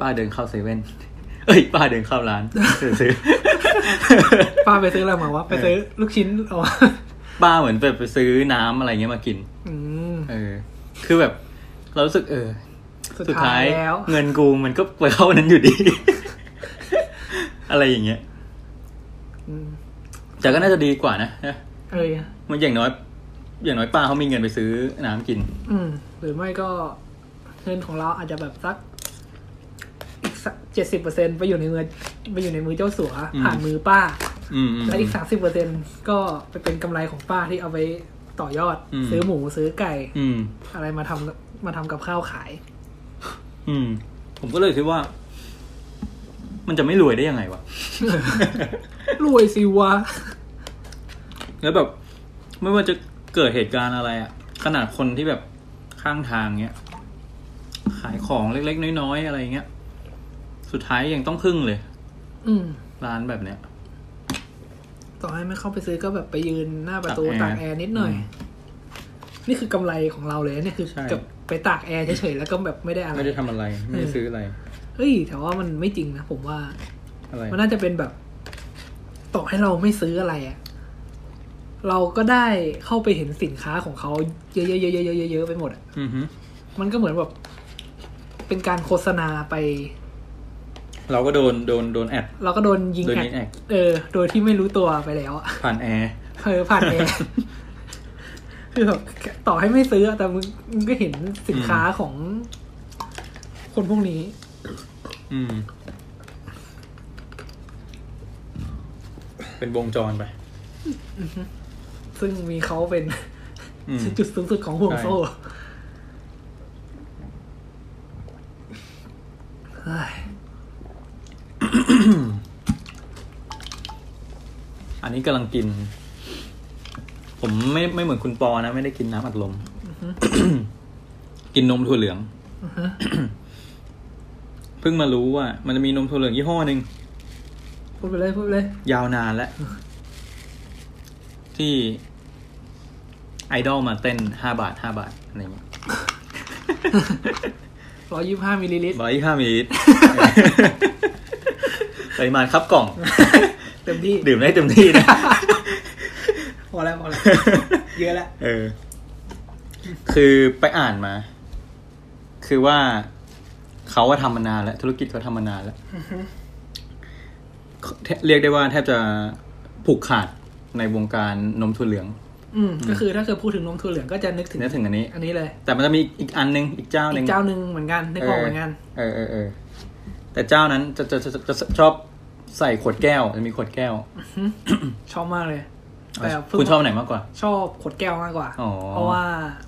Speaker 1: ป้าเดินเข้าเซเว่น เอ้ย ป้าเดินเข้าร้านซื้อ
Speaker 2: ป้าไปซื้ออะไรมาวะไปซื้อลูกชิ้นอ๋อ
Speaker 1: ป้าเหมือนแบบไปซื้อน้ำอะไรเงี้ยมากิน
Speaker 2: อืม
Speaker 1: เออ คือแบบ เรารู้สึกเออ สุดท้าย
Speaker 2: แล้ว
Speaker 1: เงินกูมันก็ไปเข้านั้นอยู่ดี อะไรอย่างเงี้ย
Speaker 2: อืม
Speaker 1: แต่ก็น่าจะดีกว่านะนะ
Speaker 2: เออ
Speaker 1: มันอย่างน้อย อย่างน้อยป้าเขามีเงินไปซื้อน้ำกิน
Speaker 2: อืม หรือไม่ก็เงินของเราอาจจะแบบสักอีกสักเจ็ดสิบเปอร์เซ็นไปอยู่ในมือไปอยู่ในมือเจ้าสัว
Speaker 1: อืม
Speaker 2: ผ่านมือป้า
Speaker 1: อืมอืม
Speaker 2: และอีกสามสิบเปอร์เซ็นก็ไปเป็นกำไรของป้าที่เอาไปต่อยอด
Speaker 1: อืม
Speaker 2: ซื้อหมูซื้อไก่
Speaker 1: อืม
Speaker 2: อะไรมาทำมาทำกับข้าวขาย
Speaker 1: อืม ผมก็เลยคิดว่า มันจะไม่รวยได้ยังไงวะ
Speaker 2: รวยสิวะ
Speaker 1: แล้วแบบ ไม่ว่าจะเกิดเหตุการณ์อะไรอะขนาดคนที่แบบข้างทางเนี้ย ขายของเล็กๆน้อยๆอะไรเงี้ย สุดท้ายยังต้องพึ่งเลย
Speaker 2: อืม
Speaker 1: ร้านแบบเนี้ย
Speaker 2: ต่อให้ไม่เข้าไปซื้อก็แบบไปยืนหน้าประตูตา
Speaker 1: ตาก ก
Speaker 2: แอ
Speaker 1: แอร์
Speaker 2: ร์นิดหน่อย นี่คือกำไรของเราเลยนะเนี่ยคือ
Speaker 1: ใช่
Speaker 2: กับไปตากแอร์เฉยๆแล้วก็แบบไม่ได้อะไร
Speaker 1: ไม่ได้ทำอะไร ไม่ได้ซื้ออะไร
Speaker 2: เฮ้ยแต่ว่ามันไม่จริงนะผมว่า
Speaker 1: อะไร
Speaker 2: มันน่าจะเป็นแบบ ต่อให้เราไม่ซื้ออะไรอะเราก็ได้เข้าไปเห็นสินค้าของเขาเยอะๆๆๆๆๆๆไปหมดอะ
Speaker 1: อือฮึ
Speaker 2: มันก็เหมือนแบบ เป็นการโฆษณาไป
Speaker 1: เราก็โดนโดนโดนแอด
Speaker 2: เราก็โดนยิง
Speaker 1: โดน
Speaker 2: แอ
Speaker 1: ยิงแอ
Speaker 2: ด
Speaker 1: ด
Speaker 2: เออ โดยที่ไม่รู้ตัวไปแล้วอะ
Speaker 1: ผ่านแอร์
Speaker 2: เออ ผ่านเอง คือแบบต่อให้ไม่ซื้อแต่มึงมึงก็เห็นสินค้าของคนพวกนี้
Speaker 1: อืม เป็นวงจรไป
Speaker 2: ซึ่งมีเขาเป็น
Speaker 1: อืม
Speaker 2: จุดสูงสุดของห่วงโซ่เฮ้ย
Speaker 1: อันนี้กำลังกิน ผมไม่ไม่เหมือนคุณปอนะ ไม่ได้กินน้ำอัดลม กินนมถั่วเหลือง
Speaker 2: อือฮะ
Speaker 1: เพิ่งมารู้ว่า มันจะมีนมถั่วเหลืองยี่ห้อหนึ่ง
Speaker 2: พูดไปเลยพูดไปเลย
Speaker 1: ยาวนานแล้ว ที่ไอดอลมาเต้นห้าบาทห้าบาทอะไรอย่างเงี้ย
Speaker 2: ร้อยยี่ห้ามิลลิลิตร
Speaker 1: ร้อยห้ามิลลิตร ปริมาณครับกล่อง
Speaker 2: เต็มที่
Speaker 1: ดื่มได้เต็มที่นะ
Speaker 2: พอแล้วพอ แล้ว เยอะแล้ว
Speaker 1: เออ คือไปอ่านมา คือว่าเขาว่าทำมานานแล้ว ธุรกิจเขาทำมานานแล้วแทเรียกได้ว่าแทบจะผูกขาดในวงการนมถั่วเหลือง
Speaker 2: อืม ก็คือถ้าเกิดพูดถึงนมถั่วเหลืองก็จะนึกถึง
Speaker 1: นึกถึงอันนี้
Speaker 2: อันนี้เลย
Speaker 1: แต่มันจะมีอีกอีกอันนึง อีกเจ้าห
Speaker 2: อี
Speaker 1: นึ่
Speaker 2: ก
Speaker 1: ง
Speaker 2: เจ้าหนึ่งเหมือนกันในกองเหมือนกัน
Speaker 1: เออเออเออแต่เจ้านั้นจะจะจะจะจะชอบใส่ขวดแก้วจะมีขวดแก้ว
Speaker 2: ชอบมากเลย แต่เพิ่ง
Speaker 1: คุณชอบอันไหนมากกว่า
Speaker 2: ชอบขวดแก้วมากกว่า
Speaker 1: อ๋อ
Speaker 2: เพราะว่า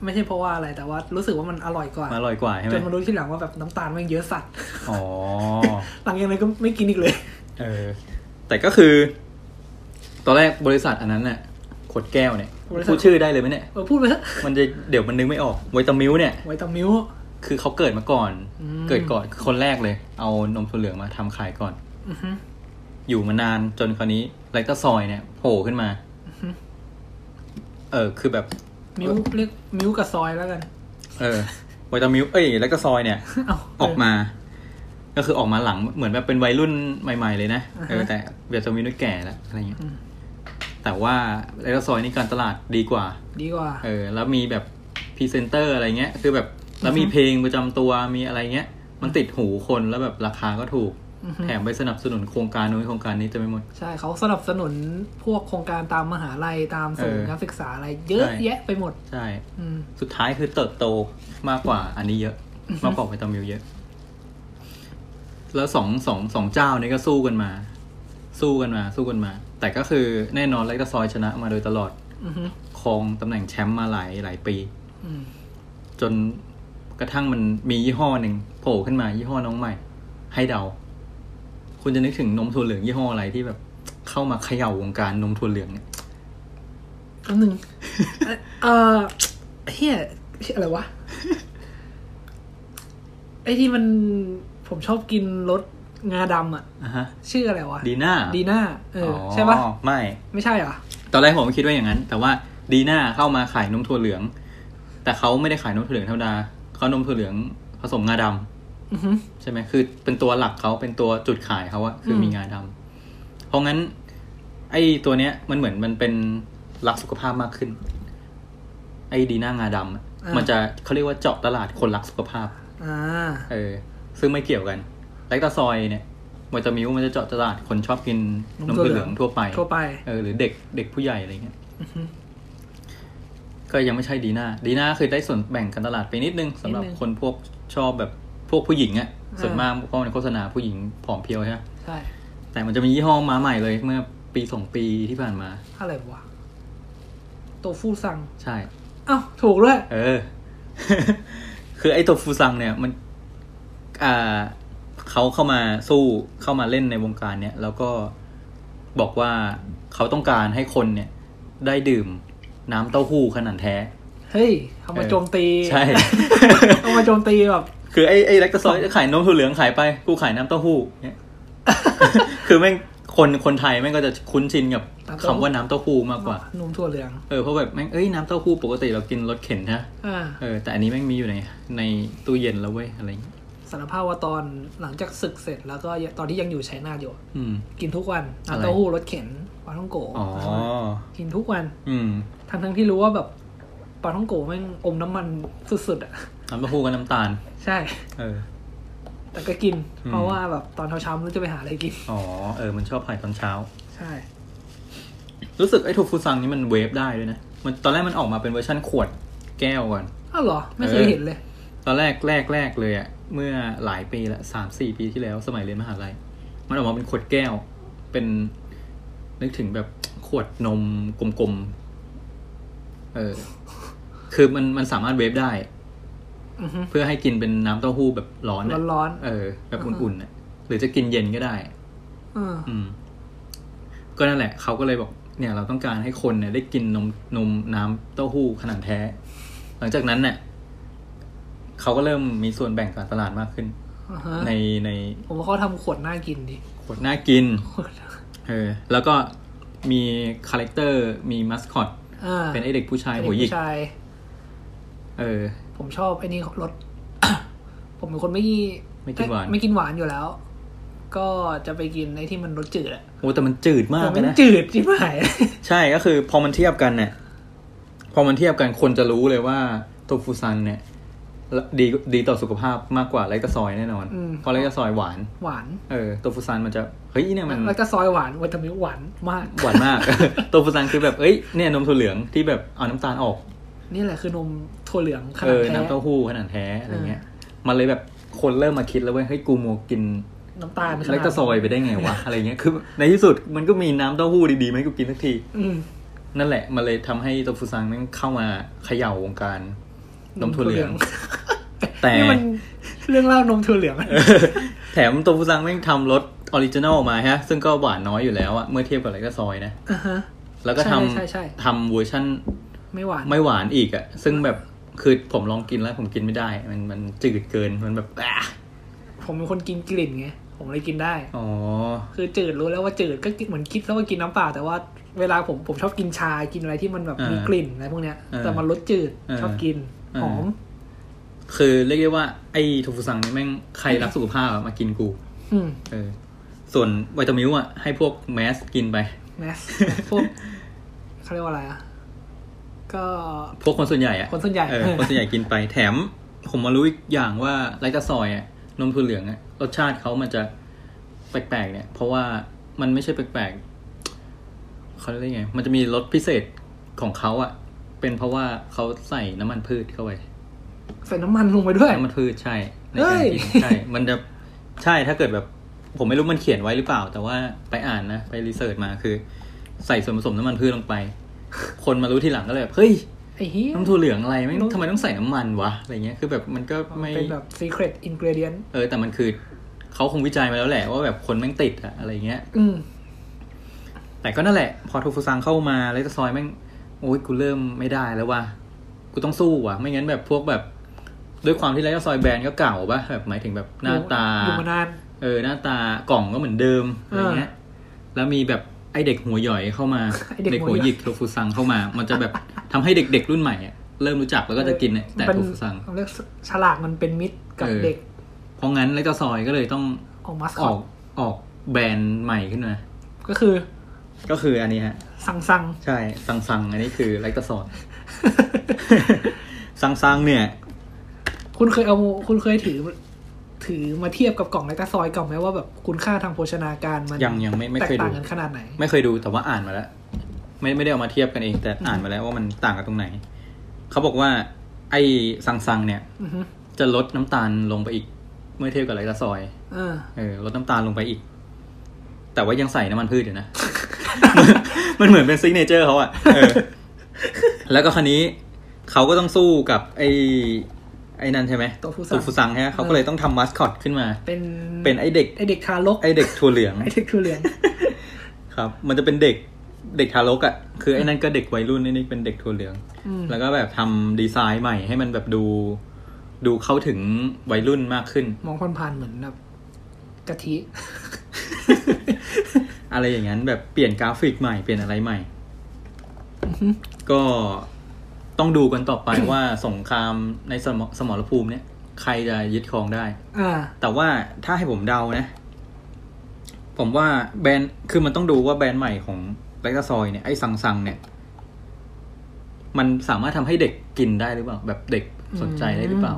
Speaker 2: ไม่ใช่เพราะว่าอะไรแต่ว่ารู้สึกว่ามันอร่อยกว่า
Speaker 1: อร่อยกว่าใช่ไห
Speaker 2: จ
Speaker 1: ม
Speaker 2: นมารู้ที่หลังว่าแบบน้ำตาลแมันเยอะสัตว์
Speaker 1: อ๋อ
Speaker 2: หลังจากนั้นก็ไม่กินอีกเลย
Speaker 1: เออ แต่ก็คือ ตอนแรกบริษัทอันนั้นน่ะขวดแก้วเนี่ย
Speaker 2: บริษัท
Speaker 1: พูดชื่อได้เลยไหมเนี่ย
Speaker 2: เออพูดไปเถอะ
Speaker 1: มันจะเดี๋ยวมันนึกไม่ออกไวตามิลเนี่ย
Speaker 2: ไวตามิว
Speaker 1: คือเขาเกิดมาก่อน
Speaker 2: อืม
Speaker 1: เกิดก่อนคนแรกเลย เอานมถั่วเหลืองมาทำขายก่อน
Speaker 2: อือฮึ
Speaker 1: อยู่มานานจนคราวนี้ไลกาซอยเนี่ยโผล่ขึ้นมา
Speaker 2: อือฮึ
Speaker 1: เออ คือแบบ
Speaker 2: มิวเรียกมิวกับซอยแล้วกัน
Speaker 1: เออไวตามิลเอ้ยแล้วก็ซอยเนี่ย
Speaker 2: เา
Speaker 1: ออกมา ก็คือออกมาหลังเหมือนแบบเป็นวัยรุ่นใหม่ ๆ เลยนะเออแต่เวียดตามิลด้วยแก่แล้วอะไรเงี้ย
Speaker 2: อืม
Speaker 1: แต่ว่าแล้วก็ซอยนี่การตลาดดีกว่า
Speaker 2: ดีกว่า
Speaker 1: เออ แล้วมีแบบพรีเซนเตอร์อะไรเงี้ย คือแบบแล้วมีเพลงประจำตัวมีอะไรเงี้ย มันติดหูคนแล้วแบบราคาก็ถูก
Speaker 2: อือฮึ
Speaker 1: แถมไปสนับสนุนโครงการนู้นโครงการนี้จะไม่หมด
Speaker 2: ใช่เขาสนับสนุนพวกโครงการตามมหาลัยตามศูนย์
Speaker 1: เออ
Speaker 2: การศึกษาอะไรเยอะ
Speaker 1: ใช่
Speaker 2: แยะไปหมด
Speaker 1: ใช่
Speaker 2: อืม
Speaker 1: สุดท้ายคือเติบโตมากกว่าอันนี้เยอะ มากกว่าไวตามิลเยอะ แล้วสองสองสองเจ้านี้ก็สู้กันมา สู้กันมา สู้กันมา แต่ก็คือแน่นอนไลกตาซอยชนะมาโดยตลอด
Speaker 2: อือฮึ
Speaker 1: ครองตำแหน่งแชมป์มาหลายหลายปี
Speaker 2: อืม
Speaker 1: จนกระทั่งมันมียี่ห้อหนึ่งโผล่ขึ้นมายี่ห้อน้องใหม่ ให้เดา คุณจะนึกถึงนมถั่วเหลืองยี่ห้ออะไรที่แบบ เข้ามาเขย่าวงการนมถั่วเหลืองเนี่ย
Speaker 2: อั นหนึ่งเอ่อเออเฮียชื่ออะไร วะ ไอที่มันผมชอบกินรสงาดำอ่ะ
Speaker 1: อ่ะฮะ
Speaker 2: ชื่ออะไรวะ
Speaker 1: ดีน่า
Speaker 2: ดีน่าเอออใช่ปะ
Speaker 1: ไม่
Speaker 2: ไม่ใช่เหรอ
Speaker 1: ตอนแรกผมก็คิดว่าอย่างนั้น แต่ว่าดีน่าเข้ามาขายนมถั่วเหลือง แต่เขาไม่ได้ขายนมถั่วเหลืองธรรมดาเขานมถั่วเหลืองผสมงาดำ
Speaker 2: อือฮึ
Speaker 1: ใช่ไหมคือเป็นตัวหลักเขาเป็นตัวจุดขายเขาอะคืออ
Speaker 2: ม
Speaker 1: มีงาดำเพราะงั้น ไอ้ตัวเนี้ย มันเหมือนมันเป็นรักสุขภาพมากขึ้น ไอ้ดีน่างาดำอะมันจะเขาเรียกว่าเจาะตลาดคนรักสุขภาพ
Speaker 2: อ่า
Speaker 1: เออ ซึ่งไม่เกี่ยวกันแลคตาซอยเนี่ยมันจะมีว่ามันจะเจาะตลาดคนชอบกินนม
Speaker 2: นมถั่
Speaker 1: ถั่ว
Speaker 2: ว
Speaker 1: เห
Speaker 2: เหลื
Speaker 1: ลือ
Speaker 2: อง ง
Speaker 1: ทั่วไป
Speaker 2: ทั่วไป
Speaker 1: เออหรือเด็กเด็กผู้ใหญ่อะไรเงี้ย
Speaker 2: อือฮึ
Speaker 1: ก็ยังไม่ใช่ดีน่าดีน่าคือได้ส่วนแบ่งการตลาดไปนิดนึงสำหรับ
Speaker 2: นิดนึง
Speaker 1: คนพวกชอบแบบพวกผู้หญิงอะ
Speaker 2: า
Speaker 1: ส่วนมากเพราะมันโฆษณาผู้หญิงผอมเพรียวใช่ไหม
Speaker 2: ใช่
Speaker 1: แต่มันจะมียี่ห้อมาใหม่เลยเมื่อปีสองปีที่ผ่านมา
Speaker 2: อะไรวะโตฟูสั่ง
Speaker 1: ใช่
Speaker 2: อ้าวถูกด้วย
Speaker 1: เอ อ คือไอ้ตัวฟูซังเนี่ยมัน อ่าเขาเข้ามาสู้เข้ามาเล่นในวงการเนี่ย แล้วก็บอกว่าเขาต้องการให้คนเนี่ย ได้ดื่มน้ำเต้าหู้ขนาดแท้
Speaker 2: เฮ้ยเอามาโจมตี
Speaker 1: ใช่
Speaker 2: เอามาโจมตีแบบ
Speaker 1: คือไอ้ไอ้แลคตาซอยขายนมถั่วเหลืองขายไป กูขายน้ำเต้าหู้ เนี่ย คือแม่งคนคนไทยแม่งก็จะคุ้นชินกับคำ
Speaker 2: น้ำเต้าหู้
Speaker 1: ว่าน้ำเต้าหู้มากกว่า
Speaker 2: นมถั่วเหลือง
Speaker 1: เออเพราะแบบแม่งเอ้ยน้ำเต้าหู้ปกติเรากินรสเข็นนะ
Speaker 2: อ่า
Speaker 1: เออแต่อันนี้แม่งมีอยู่ในในตู้เย็นแล้วเว้ยอะไรอย่างเงี้ย
Speaker 2: สารภาพว่าตอนหลังจากศึกเสร็จแล้วก็ตอนที่ยังอยู่ชัยนาทอยู่
Speaker 1: อืม
Speaker 2: กินทุกวัน
Speaker 1: อะไร
Speaker 2: น้ำเต้าหู้รสเข็นปลาท่องโก
Speaker 1: อ๋อ
Speaker 2: กินทุกวัน
Speaker 1: อืม
Speaker 2: ทั้งทั้งๆที่รู้ว่าแบบปลาท่องโกแม่งอมน้ำมันสุดๆอ่ะ
Speaker 1: น้ำเต้าหู้กับน้ำตาล
Speaker 2: ใช่
Speaker 1: เออ
Speaker 2: แต่ก็กิน
Speaker 1: อืม
Speaker 2: เพราะว่าแบบตอนเช้าๆไม่รู้จะไปหาอะไรกิน
Speaker 1: อ๋อเออมันชอบขายตอนเช้า
Speaker 2: ใช่
Speaker 1: รู้สึกไอ้โทูฟูซังนี่มันเวฟได้ด้วยนะมันตอนแรกมันออกมาเป็นเวอร์ชันขวดแก้วก่อน
Speaker 2: อ้าวเหรอ ไม่เคยเห็นเลย
Speaker 1: ตอนแรกแรกแรกเลยอะเมื่อหลายปีละสามสี่ปีที่แล้วสมัยเรียนมหาลัย มันออกมาเป็นขวดแก้ว เป็นนึกถึงแบบขวดนมกลมๆเออ คือมันมันสามารถเวฟได้
Speaker 2: อือฮึ
Speaker 1: เพื่อให้กินเป็นน้ำเต้าหู้แบบร้อนอะ
Speaker 2: ร้อน
Speaker 1: เออ แบบอุ่นๆอะหรือจะกินเย็นก็ได้
Speaker 2: ๆเออ
Speaker 1: อืม ก็นั่นแหละ เขาก็เลยบอก เนี่ย เราต้องการให้คนเนี่ย ได้กินนมนมน้ำเต้าหู้ขนาดแท้ หลังจากนั้นเนี่ยเขาก็เริ่มมีส่วนแบ่งการตลาดมากขึ้น
Speaker 2: อ่าฮะ
Speaker 1: ในใน
Speaker 2: ผมว่าเขาทำขวดน่ากินดิ
Speaker 1: ขวดน่ากิน
Speaker 2: ขวด
Speaker 1: เออ แล้วก็มีคาแรคเตอร์มีมัสคอต
Speaker 2: อ่า
Speaker 1: เป็นไอเด็กผู้ชาย
Speaker 2: เป็น
Speaker 1: หัวหยิก
Speaker 2: ผู้ชาย
Speaker 1: เออ
Speaker 2: ผมชอบไอ้นี่รส ผมเป็นคนไม่
Speaker 1: ไม่กินหวาน
Speaker 2: ไม่กินหวานอยู่แล้ว ก็จะไปกินไอ้ที่มันรสจืดอะ
Speaker 1: โอ้แต่มันจืดมาก
Speaker 2: แต่
Speaker 1: เล
Speaker 2: มั
Speaker 1: ย
Speaker 2: น
Speaker 1: นะ
Speaker 2: จืดที่หาย
Speaker 1: ใช่ก็คือพอมันเทียบกันเนี่ยพอมันเทียบกันคนจะรู้เลยว่าโทฟูซันเนี่ยดีดีต่อสุขภาพมากกว่าไลกาซอยแน่นอน
Speaker 2: อืม
Speaker 1: เพราะไลกาซอยหวาน
Speaker 2: หวาน
Speaker 1: เออโทฟูซันมันจะ เฮ้ยเนี่ยมัน
Speaker 2: แล้วก็ซอยหวานวัตถุมิหวานมาก
Speaker 1: หวานมาก โทฟูซันคือแบบเอ้ยเนี่ยนมถั่วเหลืองที่แบบเอาน้ำตาลออก
Speaker 2: นี่แหละคือนมถั่วเหลืองข
Speaker 1: เอ
Speaker 2: นาด
Speaker 1: อ
Speaker 2: แท้
Speaker 1: น้ำเต้าหู้ขนาดแท้อะไรเงี้ย มันเลยแบบคนเริ่มมาคิดแล้วเว้ยเฮ้ยกูโมวกิน
Speaker 2: น้ำตาลขนด
Speaker 1: ไลกาซอยไปได้ไงวะอะไรเงี้ยคือในที่สุดมันก็มีน้ำเต้าหู้ดีๆมาให้กูกินสักที
Speaker 2: อืม
Speaker 1: นั่นแหละ มันเลยทำให้โตฟูซังแม่งเข้ามาเขย่าวงการนมถั่วเหลื อง แต่
Speaker 2: นี่มันเรื่องเล่านมถั่วเหลือง
Speaker 1: แถมโตฟูซังแม่งทำรสออริจินอลมาฮะ ซึ่งก็หวานน้อยอยู่แล้วอะเมื่อเทียบกับไรก็ซอยนะ
Speaker 2: อ่าฮะ
Speaker 1: แล้วก็ทำ
Speaker 2: ใช่ใช่ใช่
Speaker 1: ทำเวอร์ชั่น
Speaker 2: ไม่หวาน
Speaker 1: ไม่หวานอีกอะซึ่งแบบคือผมลองกินแล้วผมกินไม่ได้ มันมันจืดเกินมันแบบอ่ะ
Speaker 2: ผมเป็นคนกินกลิ่นไงผมเลยกินได้
Speaker 1: อ๋อ
Speaker 2: คือจืดรู้แล้วว่าจืดก็กินเหมือนคิดแล้วว่ากินน้ำเปล่าแต่ว่าเวลาผมผมชอบกินชากินอะไรที่มันแบบ
Speaker 1: อ่ามี
Speaker 2: มีกลิ่นอะไรพวกเนี้ย
Speaker 1: อ่า
Speaker 2: แต่มันรสจืด
Speaker 1: อ่า
Speaker 2: ชอบกิน
Speaker 1: อ่า
Speaker 2: หอม
Speaker 1: คือเรียกได้ว่าไอ้โทฟูซังนี่แม่งใครรักสุขภาพอะมากินกู
Speaker 2: อืม
Speaker 1: เออส่วนไวตามิวอะให้พวกแมสกินไป
Speaker 2: แมสพวกเขาเรียกว่าอะไรอ่ะก็
Speaker 1: พวกคนส่วนใหญ่อะ
Speaker 2: คนส่วนใหญ่
Speaker 1: เออคนส่วนใหญ่กินไปแถม ผมมารู้อีกอย่างว่าไรกระซอยอะนมถั่วเหลืองอะรสชาติเขามันจะ แปลกๆเนี่ย เพราะว่ามันไม่ใช่แปลกๆเขาเรียกไง มันจะมีรสพิเศษของเขาอะเป็นเพราะว่าเขาใส่น้ำมันพืชเข้าไป
Speaker 2: ใส่น้ำมันลงไปด้วย
Speaker 1: น้ำมันพืชใช่ ใน
Speaker 2: เฮ้
Speaker 1: การ
Speaker 2: ย
Speaker 1: กินใช่ มันจะใช่ถ้าเกิดแบบ ผมไม่รู้มันเขียนไว้หรือเปล่า แต่ว่าไปอ่านนะไปรีเสิร์ชมาคือ ใส่ส่วนผสมน้ำมันพืชลงไป คนมารู้ทีหลังก็เลยแบบเฮ้ย
Speaker 2: ไอ้เหี้ย
Speaker 1: น้ำถั่วเหลืองอะไรไม่ง
Speaker 2: น้ำ
Speaker 1: ทำไมต้องใส่น้ำมันวะอะไรเงี้ยคือแบบมันก็ไม่
Speaker 2: เป็นแบบ secret ingredient
Speaker 1: เออแต่มันคือเขาคงวิจัยมาแล้วแหละว่าแบบคนแม่งติดอะอะไรเงี้ย
Speaker 2: อืม
Speaker 1: แต่ก็นั่นแหละ พอโทูฟูซังเข้ามาเลตซอยแม่งโอ้ยกูเริ่มไม่ได้แล้วว่ะกูต้องสู้ว่ะ ไม่งั้นแบบพวกแบบ ด้วยความที่เลตซอยแบรนด์ก็เก่าปะแบบหมายถึงแบบหน้าตา
Speaker 2: อยู่มานาน
Speaker 1: เออหน้าตากล่องก็เหมือนเดิมอะไรเงี้ย แล้วมีแบบไอเด็กหัวหย่อยเข้ามา
Speaker 2: ไอ้เด็กหั
Speaker 1: หัว
Speaker 2: วหย่อย
Speaker 1: หยิกโทฟูซังเข้ามา มันจะแบบทำให้เด็กๆรุ่นใหม่อะเริ่มรู้จักแล้วก็จะกินเนี่ยแต่
Speaker 2: มัน
Speaker 1: โทฟูซัง
Speaker 2: เรียกฉลากมันเป็นมิตรกับ
Speaker 1: เออ
Speaker 2: เด็ก
Speaker 1: เพราะงั้นเลตซอยก็เลยต้อง
Speaker 2: ออกมาส
Speaker 1: อ
Speaker 2: อ
Speaker 1: อ
Speaker 2: ต
Speaker 1: กออกแบรนด์ใหม่ขึ้นมา
Speaker 2: ก็คือ
Speaker 1: ก็คืออันนี้ฮะ
Speaker 2: สั่งสั่ง
Speaker 1: ใช่ซังซังอันนี้คือไลตาซ อน ซังซังเนี่ย
Speaker 2: ๆคุณเคยเอาคุณเคยถือ ถือมาเทียบกับกล่องไลตาซอยเก่าไหมว่าแบบคุณค่าทางโภชนาการมัน
Speaker 1: ยังยังไม่ไม่
Speaker 2: แต
Speaker 1: เค
Speaker 2: ก
Speaker 1: ย
Speaker 2: ต่า
Speaker 1: ดู
Speaker 2: งกันขนาดไหน
Speaker 1: ไม่เคยดูแต่ว่าอ่านมาแล้ว ไม่ไม่ได้เอามาเทียบกันเอง แต่อ่านมาแล้วว่ามันต่างกันตรงไหน เขาบอกว่า ไอ้ซังซังเนี่ย
Speaker 2: อือฮึ
Speaker 1: จะลดน้ำตาลลงไปอีก เมื่อเทียบกับไลตาซอยด์
Speaker 2: เออ
Speaker 1: เออลดน้ำตาลลงไปอีก แต่ว่ายังใส่น้ำมันพืชอยู่นะ มันมันเหมือนเป็นซิกเนเจอร์เขาอะเออ แล้วก็คันนี้เขาก็ต้องสู้กับไอ้ไอ้นั่นใช่ไหม
Speaker 2: โตฟูซัง
Speaker 1: โฟูซังใช่ไหมเขาก็เลยต้องทำมัสคอตขึ้นมา
Speaker 2: เป็น
Speaker 1: เป็นไอ้เด็ก
Speaker 2: ไอเด็กทารก
Speaker 1: ไอ้เด็กถั่วเหลือง
Speaker 2: ไอเด็กทุเรียน
Speaker 1: ครับ มันจะเป็นเด็กเด็กทารกอะ่ะ คือไอ้นั่นก็เด็กวัยรุ่นไอ้นี่เป็นเด็กถั่วเหลือง
Speaker 2: อืม
Speaker 1: แล้วก็แบบทำดีไซน์ใหม่ให้มันแบบดู ดูเข้าถึงวัยรุ่นมากขึ้น
Speaker 2: มองผ่านๆเหมือนแบบกะทิ
Speaker 1: อะไรอย่างนั้นแบบเปลี่ยนกราฟิกใหม่เปลี่ยนอะไรใหม่ ก็ต้องดูกันต่อไป ว่าสงครามในสมสมรภูมิเนี่ย ใครจะยึดครองได้
Speaker 2: อ่า
Speaker 1: แต่ว่าถ้าให้ผมเดานะ ผมว่าแบรนด์คือมันต้องดูว่าแบรนด์ใหม่ของแลคตาซอยเนี่ยไอ้ซังซังเนี่ย มันสามารถทำให้เด็กกินได้หรือเปล่า แบบเด็กสนใจได้หรือเปล่า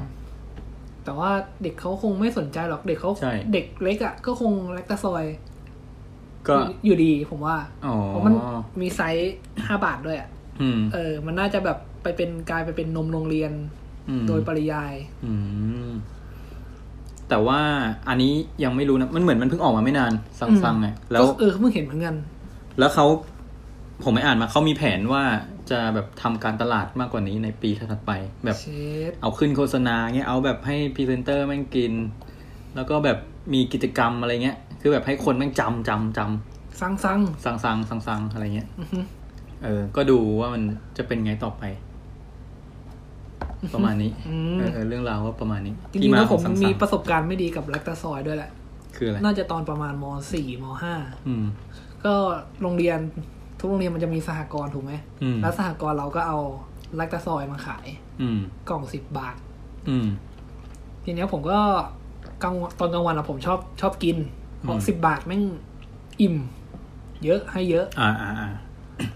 Speaker 2: แต่ว่าเด็กเขาคงไม่สนใจหรอกเด็กเขา
Speaker 1: ใช่
Speaker 2: เด็กเล็กอะ่ะ ก็คงแลคตาซอย
Speaker 1: ก็
Speaker 2: อยู่ดีผมว่า
Speaker 1: อ๋อ
Speaker 2: เพราะมันมีไซส์ห้าบาทด้วยอะ่ะ
Speaker 1: อืม
Speaker 2: เออ มันน่าจะแบบไปเป็นกลายไปเป็นนมโรงเรียน
Speaker 1: อืม
Speaker 2: โดยปริยาย
Speaker 1: อืม แต่ว่าอันนี้ยังไม่รู้นะ มันเหมือนมันเพิ่งออกมาไม่นานซังซังไงแล้ว
Speaker 2: ก็เออเพิ่งเห็นเหมือนกัน
Speaker 1: แล้วเขาผมไม่อ่านมาเขามีแผนว่าจะแบบทำการตลาดมากกว่านี้ในปีถัดๆไป แบบ
Speaker 2: เช็ด
Speaker 1: เอาขึ้นโฆษณาเงี้ย เอาแบบให้พรีเซนเตอร์แม่งกิน แล้วก็แบบมีกิจกรรมอะไรเงี้ย คือแบบให้คนแม่งจำจำจ
Speaker 2: ซังซัง
Speaker 1: ำสังสังสังสังอะไรเงี้ย
Speaker 2: อื้อหือ
Speaker 1: เออ ก็ดูว่ามันจะเป็นไงต่อไป ประมาณนี้
Speaker 2: อื
Speaker 1: เอ
Speaker 2: ม
Speaker 1: อเออเรื่องราวว่าประมาณนี้
Speaker 2: จริงๆแล้วผม
Speaker 1: สั
Speaker 2: มี
Speaker 1: สั
Speaker 2: ประสบการณ์ไม่ดีกับแลคตาซอยด้วยแหละ
Speaker 1: คืออะไร
Speaker 2: น่าจะตอนประมาณมสี่มห้า
Speaker 1: อืม
Speaker 2: ก็โรงเรียนทุกโรงเรียนมันจะมีสหกรณ์ถูกไหม
Speaker 1: อืม
Speaker 2: แล้วสหกรณ์เราก็เอาแลคตาซอยมาขาย
Speaker 1: อืม
Speaker 2: กล่องสิบบาท
Speaker 1: อืม
Speaker 2: ทีเนี้ยผมก็กลางวันตอนกลางวันอะผมชอบชอบกินเพราะ
Speaker 1: อืม
Speaker 2: สิบบาทแม่งอิ่ม เยอะให้เยอะ
Speaker 1: อ่าอ่าอ่า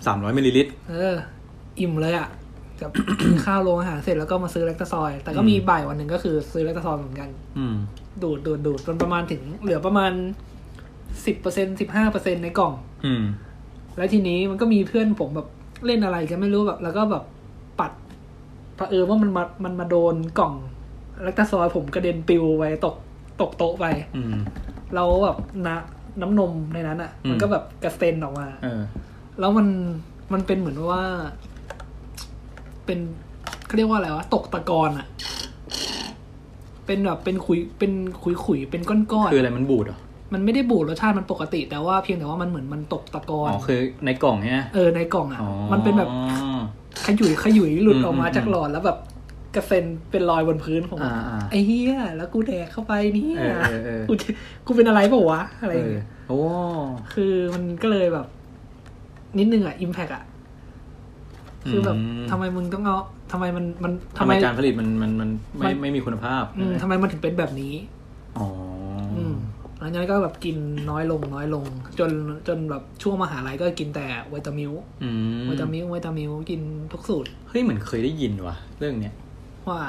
Speaker 1: สามร้อยมิลลิลิตร
Speaker 2: เออ อิ่มเลยอะกับ ข้าวโรงอาหารเสร็จแล้วก็มาซื้อแลคตาซอย แต่ก็มี
Speaker 1: อืม
Speaker 2: บ่ายวันหนึ่งก็คือซื้อแลคตาซอยเหมือนกัน
Speaker 1: อืม
Speaker 2: ดูดดูดดูดจนประมาณถึงเหลือประมาณสิบเปอร์เซ็นสิบห้าเปอร์เซ็นในกล่อง
Speaker 1: อืม
Speaker 2: แล้วทีนี้มันก็มีเพื่อนผมแบบเล่นอะไรกันไม่รู้แบบ แล้วก็แบบปัดเผอิญว่ามันมามันมาโดนกล่องแลคตาซอยผมกระเด็นปลิวไปตกตกโต๊ะไป
Speaker 1: อืม
Speaker 2: เราแบบน้ำน้ำนมในนั้นอะ่ะ
Speaker 1: อืม
Speaker 2: มันก็แบบกระเซ็นออกมา
Speaker 1: เออ
Speaker 2: แล้วมันมันเป็นเหมือนว่า เป็นเขาเรียกว่าอะไรวะตกตะกอนอะ่ะ เป็นแบบเป็นขุยเป็นขุยขุยๆเป็นก้อนก้อนๆ
Speaker 1: คืออะไรมันบูดเหรอ
Speaker 2: มันไม่ได้บูดรสชาติมันปกติ แต่ว่าเพียงแต่ว่ามันเหมือนมันตกตะกอ
Speaker 1: อ๋
Speaker 2: น
Speaker 1: อ คือในกล่องเนี่ยนะ
Speaker 2: เออในกล่องอะ่ะ
Speaker 1: อ๋อ
Speaker 2: มันเป็นแบบขยุยขยุยหลุดออกมา
Speaker 1: อืม
Speaker 2: จากหลอดแล้วแบบกระเซ็นเป็นรอยบนพื้นของมัน
Speaker 1: อ่าๆ
Speaker 2: ไอ้เหี้ยแล้วกูแดกเข้าไปเนี่ย
Speaker 1: เออเออเออ
Speaker 2: กูจะกูเป็นอะไรเปล่าวะอะไร
Speaker 1: เอ
Speaker 2: อย่าง
Speaker 1: อ
Speaker 2: เงี้ย
Speaker 1: โอ้
Speaker 2: คือมันก็เลยแบบ นิดนึงอะอิมแพกอะคือแบบ
Speaker 1: ม
Speaker 2: ทำไมมึงต้องเอาทำไมมันมัน
Speaker 1: ทำไมการผลิตมันมันมันไม่ไม่มีคุณภาพ
Speaker 2: อืมทำไมมันถึงเป็นแบบนี้
Speaker 1: อ๋ออ
Speaker 2: อืมหลังจากนั้นก็แบบกินน้อยลงน้อยลง จนจนแบบช่วงมหาลัยก็กินแต่วิตามิล
Speaker 1: อืม
Speaker 2: วิตามิลวิตามิลกินทุกสูตร
Speaker 1: เฮ้ยเหมือนเคยได้ยินว่ะ เรื่องเนี้ย
Speaker 2: ว่า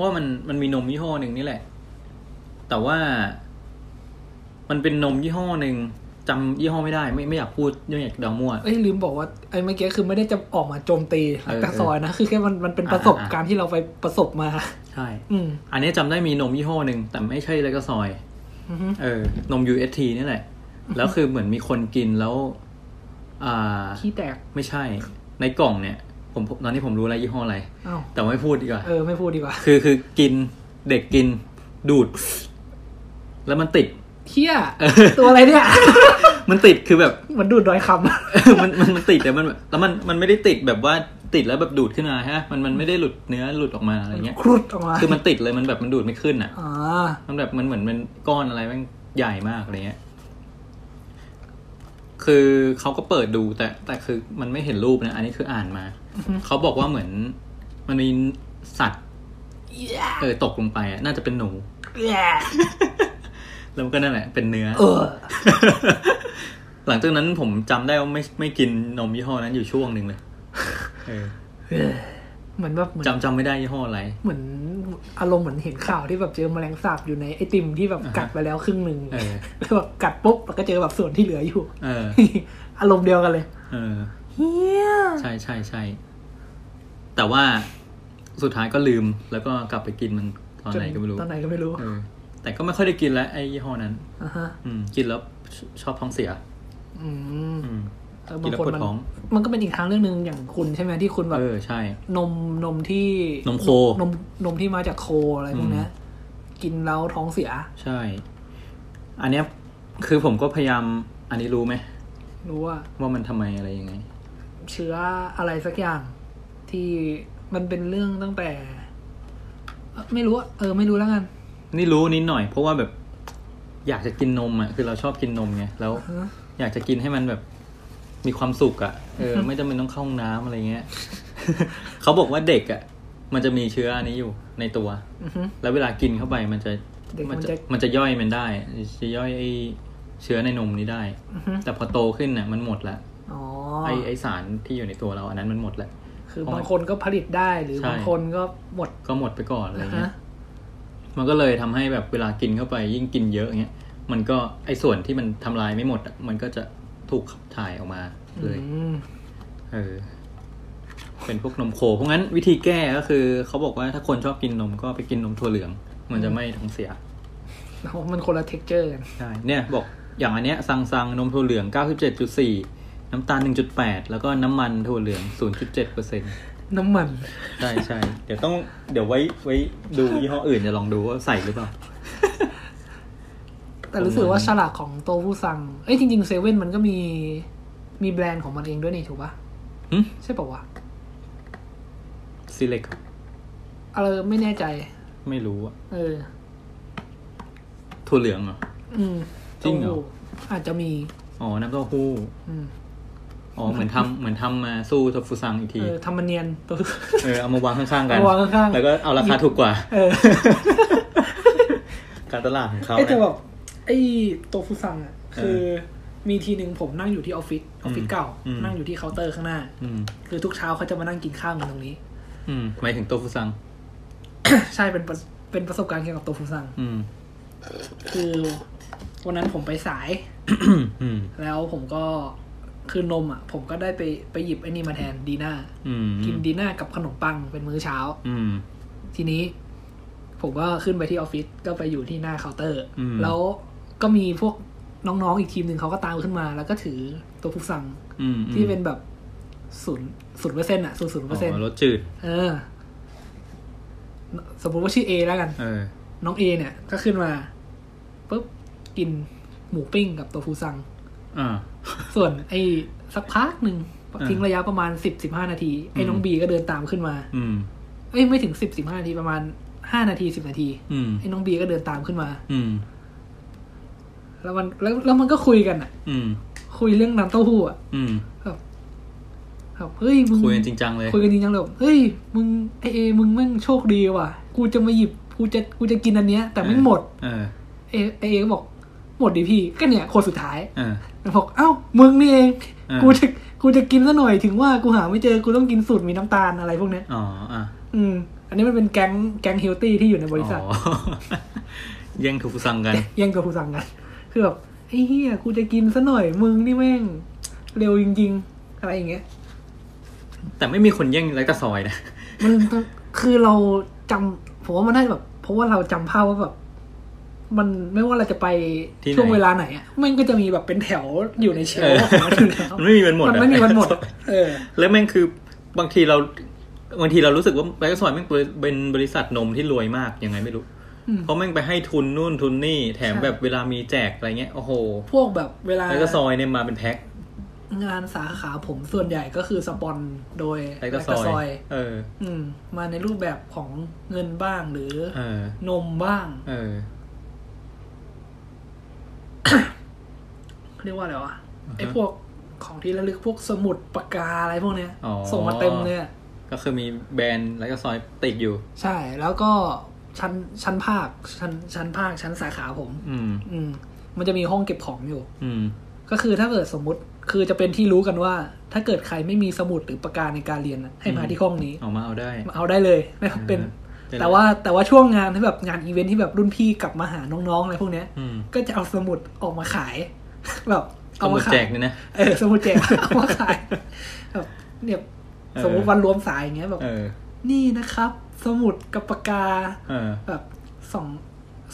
Speaker 1: ว่ามันมันมีนมยี่ห้อหนึ่งนี่แหละ แต่ว่า มันเป็นนมยี่ห้อหนึ่งจำยี่ห้อไม่ได้ ไม่ไม่อยากพูดไม่อยากเดามั่ว
Speaker 2: เอ้ยลืมบอกว่าไอ้เมื่อกี้คือไม่ได้จะออกมาโจมตี
Speaker 1: เออ
Speaker 2: แต่ซอยนะ คือแค่มันมันเป็น
Speaker 1: อ่า
Speaker 2: ประสบ
Speaker 1: อ่า
Speaker 2: การณ์ที่เราไปประสบมา
Speaker 1: ใช่
Speaker 2: อืม
Speaker 1: อันนี้จำได้มีนมยี่ห้อหนึ่งแต่ไม่ใช่เลกาซอย
Speaker 2: อือฮึ
Speaker 1: เออนม UST นี่แหละ แล้วคือเหมือนมีคนกินแล้ว อ่า
Speaker 2: ขี้แตก
Speaker 1: ไม่ใช่ ในกล่องเนี่ย ผมตอนนี้ผมรู้แล้วยี่ห้ออะไร
Speaker 2: อ้าว
Speaker 1: แต่ไม่พูดดีกว่า
Speaker 2: เออไม่พูดดีกว่า
Speaker 1: คือคือกินเด็กกินดูด แล้วมันติด
Speaker 2: เฮีย
Speaker 1: เออ
Speaker 2: ตัวอะไรเนี่ย
Speaker 1: มันติดคือแบบ
Speaker 2: เหมันดูดดอยค
Speaker 1: มันมันมันติดแต่มันแบบแล้วมันมันไม่ได้ติดแบบว่าติดแล้วแบบดูดขึ้นมาฮะ มันมันไม่ได้หลุดเนื้อหลุดออกมาอะไรเงี้ย
Speaker 2: ำครุดออกมา
Speaker 1: คือมันติดเลยมันแบบมันดูดไม่ขึ้นอ่ะ
Speaker 2: อ๋อ
Speaker 1: มันแบบมันเหมือนเป็นก้อนอะไรแม่งใหญ่มากอะไรเงี้ย คือเขาก็เปิดดูแต่ แต่คือมันไม่เห็นรูปนะ อันนี้คืออ่านมา เขาบอกว่าเหมือน มันมีสัตว์เออตกลงไปอะน่าจะเป็นหนู แล้วมันก็นั่นแหละ เป็นเนื้อ
Speaker 2: เออ
Speaker 1: หลังจากนั้นผมจำได้ว่าไม่ไม่กินนมยี่ห้อนั้นอยู่ช่วงหนึ่งเลยเออ
Speaker 2: เหมือนแบบเหมือน
Speaker 1: จำจำไม่ได้ยี่ห้ออะไร
Speaker 2: เหมือนอารมณ์เหมือนเห็นข่าวที่แบบเจอแมลงสาบอยู่ในไอติมที่แบบ
Speaker 1: อ่าฮะ
Speaker 2: กัดไปแล้วครึ่งหนึ่ง
Speaker 1: เออ
Speaker 2: แล้วแบบกัดปุ๊บแล้วก็เจอแบบส่วนที่เหลืออยู่
Speaker 1: เออ
Speaker 2: อารมณ์เดียวกันเลย
Speaker 1: เออ
Speaker 2: เฮีย
Speaker 1: ใช่ใช่ใช่ แต่ว่าสุดท้ายก็ลืมแล้วก็กลับไปกินมันตอนไหนก็ไม่รู้
Speaker 2: ตอนไหนก็ไม่รู้
Speaker 1: เออ แต่ก็ไม่ค่อยได้กินแล้วไอ้ยี่ห้อนั้น
Speaker 2: อ่าฮะ
Speaker 1: อืม กินแล้วชชอบท้องเสีย
Speaker 2: อืม
Speaker 1: อืม
Speaker 2: เออ
Speaker 1: กิ
Speaker 2: บาน ง
Speaker 1: แล้ว
Speaker 2: ค
Speaker 1: ปวด
Speaker 2: นมัน
Speaker 1: ท้อง
Speaker 2: มันก็เป็นอีกทางเรื่องหนึ่งอย่างคุณใช่ไหมที่คุณแบบ
Speaker 1: เออ ใช่
Speaker 2: นมนมที่
Speaker 1: นมโคน
Speaker 2: มนมที่มาจากโคอะไรพวกเนี้ยกินแล้วท้องเสีย
Speaker 1: ใช่ อันเนี้ยคือผมก็พยายาม อันนี้รู้ไหม
Speaker 2: รู้ว่า
Speaker 1: ว่ามันทำไมอะไรยังไง
Speaker 2: เชื้ออะไรสักอย่าง ที่มันเป็นเรื่องตั้งแต่เอ่อไม่รู้อะเออ ไม่รู้แล้วกัน
Speaker 1: นี่รู้นิดหน่อย เพราะว่าแบบ อยากจะกินนมอ่ะ คือเราชอบกินนมไงแล้ว
Speaker 2: ฮะ
Speaker 1: อยากจะกินให้มันแบบมีความสุขอะ่ะ เออ ไม่จำเป็นต้องเข้าห้องน้ำอะไรเงี้ย เขาบอกว่าเด็กอะ่ะ มันจะมีเชื้ออันนี้อยู่ในตัว
Speaker 2: อือฮึ
Speaker 1: แล้วเวลากินเข้าไปมันจะ
Speaker 2: เด็กมันจะ
Speaker 1: มันจะย่อยมันได้ จะย่อยไอเชื้อในนมนี้ได้
Speaker 2: อือฮึ
Speaker 1: แต่พอโตขึ้นน่ะมันหมดละ
Speaker 2: อ๋อ
Speaker 1: ไอไอสารที่อยู่ในตัวเราอันนั้นมันหมดละ
Speaker 2: คือบางคนก็ผลิตได้หรือ
Speaker 1: ใช่
Speaker 2: บางคนก็หมด
Speaker 1: ก็หมดไปก่อนอะไร
Speaker 2: นะ
Speaker 1: เงี้
Speaker 2: ฮะ
Speaker 1: ย มันก็เลยทำให้แบบเวลากินเข้าไปยิ่งกินเยอะเงี้ย มันก็ไอส่วนที่มันทำลายไม่หมดอะมันก็จะถูกขับถ่ายออกมาเลย
Speaker 2: อืม
Speaker 1: เออ เป็นพวกนมโค เพราะงั้นวิธีแก้ก็คือเขาบอกว่าถ้าคนชอบกินนมก็ไปกินนมถั่วเหลือง มันจะไม่ท้องเสีย
Speaker 2: แล้วมันคนละเท็กเจอร์กัน
Speaker 1: ใช่ เนี่ยบอกอย่างอันเนี้ยสังสังนมถั่วเหลือง 97.4 น้ำตาล 1.8 แล้วก็น้ำมันถั่วเหลือง 0.7เปอร์เซ็น
Speaker 2: น้ำมัน
Speaker 1: ใช่ใช่ เดี๋ยวต้องเดี๋ยวไว้ไว้ดูยี่ห้ออื่นจะลองดูว่าใส่หรือเปล่า
Speaker 2: แต่รู้สึกว่าฉลากของโตผู้ซัง เอ้ยจริงๆเซเว่นมันก็มีมีแบรนด์ของมันเองด้วยนี่ถูกปะ
Speaker 1: หึ
Speaker 2: ใช่ปะวะ
Speaker 1: ซิเล็ก
Speaker 2: อะไรไม่แน่ใจ
Speaker 1: ไม่รู้อะ
Speaker 2: เออ
Speaker 1: ถั่วเหลืองเหรอ
Speaker 2: อืม
Speaker 1: จริงเหรอ
Speaker 2: ต้าหู้อาจจะมี
Speaker 1: อ๋อ น้ำเต้าหู้
Speaker 2: อืม
Speaker 1: อ๋อ เหมือนทำเหมือนทำมาสู้โทฟูซังอีกที
Speaker 2: เออทำมันเนียนตัว
Speaker 1: เออ เอามาวางข้างๆกัน
Speaker 2: เอาวางข้างๆ
Speaker 1: แล้วก็เอาราคาถูกกว่า
Speaker 2: เออ
Speaker 1: การตลาดของเขา
Speaker 2: ไอ้ยแต่
Speaker 1: นะ
Speaker 2: แบบไอ้โตผู้ซังอ่ะ คือ มีทีหนึ่งผมนั่งอยู่ที่ออฟฟิศออฟฟิศเก่า
Speaker 1: อืม
Speaker 2: นั่งอยู่ที่เคาน์เตอร์ข้างหน้า
Speaker 1: อืม
Speaker 2: คือทุกเช้าเขาจะมานั่งกินข้าวกันตรงนี้
Speaker 1: อืมหมายถึงโตฟุซัง
Speaker 2: ใช่เป็นประเป็นประสบการณ์เกี่ยวกับโตผู้ซัง
Speaker 1: อืม
Speaker 2: คือวันนั้นผมไปสาย
Speaker 1: อืม
Speaker 2: แล้วผมก็คือนมอ่ะ ผมก็ได้ไปไปหยิบไอ้นี่มาแทนดีน่า
Speaker 1: อืม
Speaker 2: กินดีน่ากับขนมปังเป็นมื้อเช้า
Speaker 1: อืม
Speaker 2: ทีนี้ ผมก็ขึ้นไปที่ออฟฟิศก็ไปอยู่ที่หน้าเคาน์เตอร์
Speaker 1: อืม
Speaker 2: แล้วก็มีพวกน้องๆอีกทีมหนึ่งเขาก็ตามขึ้นมา แล้วก็ถือตัวผู้สั่ง
Speaker 1: อืม
Speaker 2: ที่เป็นแบบศูนย์ศูนย์เปอร์เซ็นต์อ่ะศูนย์ศูนย์เปอร์เซ็นต์
Speaker 1: รสจืด
Speaker 2: เออ สมมติว่าชื่อเอแล้วกัน
Speaker 1: เออ
Speaker 2: น้องเอเนี่ยก็ขึ้นมาปุ๊บกินหมูปิ้งกับตัวฟูซัง
Speaker 1: อ่า
Speaker 2: ส่วนไอ้สักพักหนึ่ง
Speaker 1: อ่า
Speaker 2: ทิ้งระยะประมาณสิบสิบห้านาที ไอ้น้อง
Speaker 1: อืม
Speaker 2: บีก็เดินตามขึ้นมา
Speaker 1: อืม
Speaker 2: เอ้ยไม่ถึงสิบสิบห้านาทีประมาณห้านาทีสิบนาที
Speaker 1: อืม
Speaker 2: ไอ้น้องบีก็เดินตามขึ้นมา
Speaker 1: อืม
Speaker 2: แล้วมันแล้วแล้วมันก็คุยกันอ่ะ
Speaker 1: อืม
Speaker 2: คุยเรื่องน้ำเต้าหู้อ่ะ
Speaker 1: อืม
Speaker 2: แบบแบบเฮ้ยมึง
Speaker 1: คุยกันจริงจังเลย
Speaker 2: คุยกันจริงจังเลยแบบเฮ้ยมึงไอเอมึงแม่งโชคดีว่ะ กูจะมาหยิบกูจะกูจะกินอันเนี้ย แต่ไม่งหมด
Speaker 1: เออ
Speaker 2: เอไอเอก็บอกหมดดิพี่ก็เนี่ยคนสุดท้าย
Speaker 1: เออ
Speaker 2: มันบอกเอ้ามึงนี่เอง
Speaker 1: อ่ากู
Speaker 2: กูจะกูจะกินซะหน่อยถึงว่ากูหาไม่เจอกูต้องกินสูตรมีน้ำตาลอะไรพวกเนี้ย
Speaker 1: อ๋อ อ่ะ
Speaker 2: อืม อันนี้มันเป็นแก๊งแก๊งเฮลตี้ที่อยู่ในบริษัท
Speaker 1: อ๋อ แย่งโทฟูซังกัน
Speaker 2: แย่งกับผู้สั่งกัน คือแบบไอ้เฮียกูจะกินซะหน่อยมึงนี่แม่ง เร็วจริง ๆ อะไรอย่างเงี้ย
Speaker 1: แต่ไม่มีคนแย่งไรกระซอยนะ
Speaker 2: มันคือเราจำผมว่ามันได้แบบ เพราะว่าเราจำภาพว่าแบบ มันไม่ว่าเราจะไป
Speaker 1: ที่ไหน
Speaker 2: ช่วงเวลาไหนอ่ะมันก็จะมีแบบเป็นแถวอยู่ในเชลฟ์
Speaker 1: เออ
Speaker 2: ของมันอยู่แล้ว
Speaker 1: มันไม่มีวันหมดอะ
Speaker 2: มันไม่มีวันหมดอะเออ
Speaker 1: แล้วแม่งคือบางทีเราบางทีเรารู้สึกว่าไรกระซอยแม่งเป็นบริษัทนมที่รวยมากยังไงไม่รู้
Speaker 2: อืม
Speaker 1: เพราะแม่งไปให้ทุนนู่นทุนนี่ แถม
Speaker 2: ใช่
Speaker 1: แบบเวลามีแจกอะไรเงี้ยโอ้โห
Speaker 2: พวกแบบเวลา
Speaker 1: ไรกระซอยเนี่ยมาเป็นแพ็ค
Speaker 2: งานสาขาผมส่วนใหญ่ก็คือสปอนโดย
Speaker 1: ไรกระซ
Speaker 2: แล
Speaker 1: อย
Speaker 2: ซอย
Speaker 1: เออ
Speaker 2: อืม มาในรูปแบบของเงินบ้างหรือ
Speaker 1: เออ
Speaker 2: นมบ้าง
Speaker 1: เออ
Speaker 2: เรียกว่าอะไรวะ
Speaker 1: อือฮะ
Speaker 2: ไอ้พวกของที่ระลึกพวกสมุดปากกาอะไรพวกเนี้ย
Speaker 1: อ๋อ
Speaker 2: ส่งมาเต็มเลยอะ
Speaker 1: ก็คือมีแบรนด์ไรกระซอยติดอยู่
Speaker 2: ใช่ แล้วก็ชั้นชั้นภาคชั้นชั้นภาคชั้นสาขาผม
Speaker 1: อืม
Speaker 2: อืม มันจะมีห้องเก็บของอยู่
Speaker 1: อืม
Speaker 2: ก็คือถ้าเกิดสมมติคือจะเป็นที่รู้กันว่า ถ้าเกิดใครไม่มีสมุดหรือปากกาในการเรียนน่ะให้มา
Speaker 1: อืม
Speaker 2: ที่ห้องนี้
Speaker 1: เออกมาเอาได้
Speaker 2: มาเอาได้เลยไม่จำเป็น
Speaker 1: เออ
Speaker 2: แต่ว่าแต่ว่าช่วงงานที่แบบงานอีเวนท์ที่แบบรุ่นพี่กลับมาหาน้องๆอะไรพวกเนี้ย
Speaker 1: อืม
Speaker 2: ก็จะเอาสมุดออกมาขาย แบบ
Speaker 1: เอา
Speaker 2: เอา
Speaker 1: มา
Speaker 2: มาขา
Speaker 1: แจ
Speaker 2: ย
Speaker 1: กเนี่ยนะ
Speaker 2: เออสมุดแจก เอามาขายแบบเนี่ย
Speaker 1: เออ
Speaker 2: สมมติวันรวมสายอย่างเงี้ยแบบ
Speaker 1: เออ
Speaker 2: นี่นะครับ สมุดกับปากกา
Speaker 1: เออ
Speaker 2: แบบสอง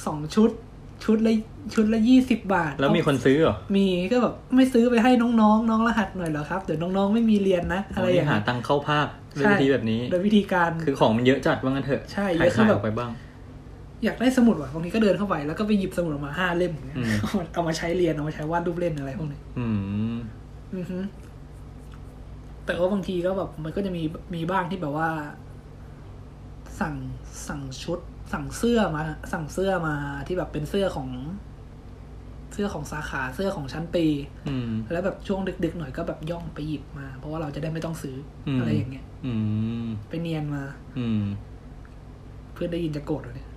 Speaker 2: สองชุด ชุดละชุดละยี่สิบบาท
Speaker 1: แล้วมี
Speaker 2: เอา
Speaker 1: คนซื้อเหรอ
Speaker 2: มีก็แบบไม่ซื้อไปให้น้องๆ น้องรหัสหน่อยเหรอครับ เดี๋ยวน้องๆ ไม่มีเรียนนะ อะไรอย่าง
Speaker 1: หา
Speaker 2: เงี้ย
Speaker 1: ตังค์เข้าภาคด้วยวิธีแบบนี้
Speaker 2: โดยวิธีการ
Speaker 1: คือของมันเยอะจัดว่างั้นเถอะ
Speaker 2: ใช่
Speaker 1: ขาย
Speaker 2: เยอะคือ
Speaker 1: ขาย
Speaker 2: แบ
Speaker 1: อ
Speaker 2: บ
Speaker 1: อกไปบ้าง
Speaker 2: อยากได้สมุดว่ะบางทีก็เดินเข้าไปแล้วก็ไปหยิบสมุดออกมาห้าเล่มอย่างเงี้ย
Speaker 1: อืม
Speaker 2: เอามาเอามาใช้เรียน เอามาใช้วาดรูปเล่นอะไรพวกนี้
Speaker 1: อืม
Speaker 2: อือฮึแต่ว่าบางทีก็แบบมันก็จะมีมีบ้างที่แบบว่า สั่งสั่งชุด สั่งเสื้อมา สั่งเสื้อมาที่แบบเป็นเสื้อของเสื้อของสาขาเสื้อของชั้นปี
Speaker 1: อืม
Speaker 2: แล้วแบบช่วงดึกๆหน่อยก็แบบย่องไปหยิบมา เพราะว่าเราจะได้ไม่ต้องซื้ออ
Speaker 1: ม
Speaker 2: อะไรอย่างเงี้ย
Speaker 1: อืม
Speaker 2: ไปเนียนมา
Speaker 1: อืม
Speaker 2: เพื่อนได้ยินจะโกรธเลยเนี่ย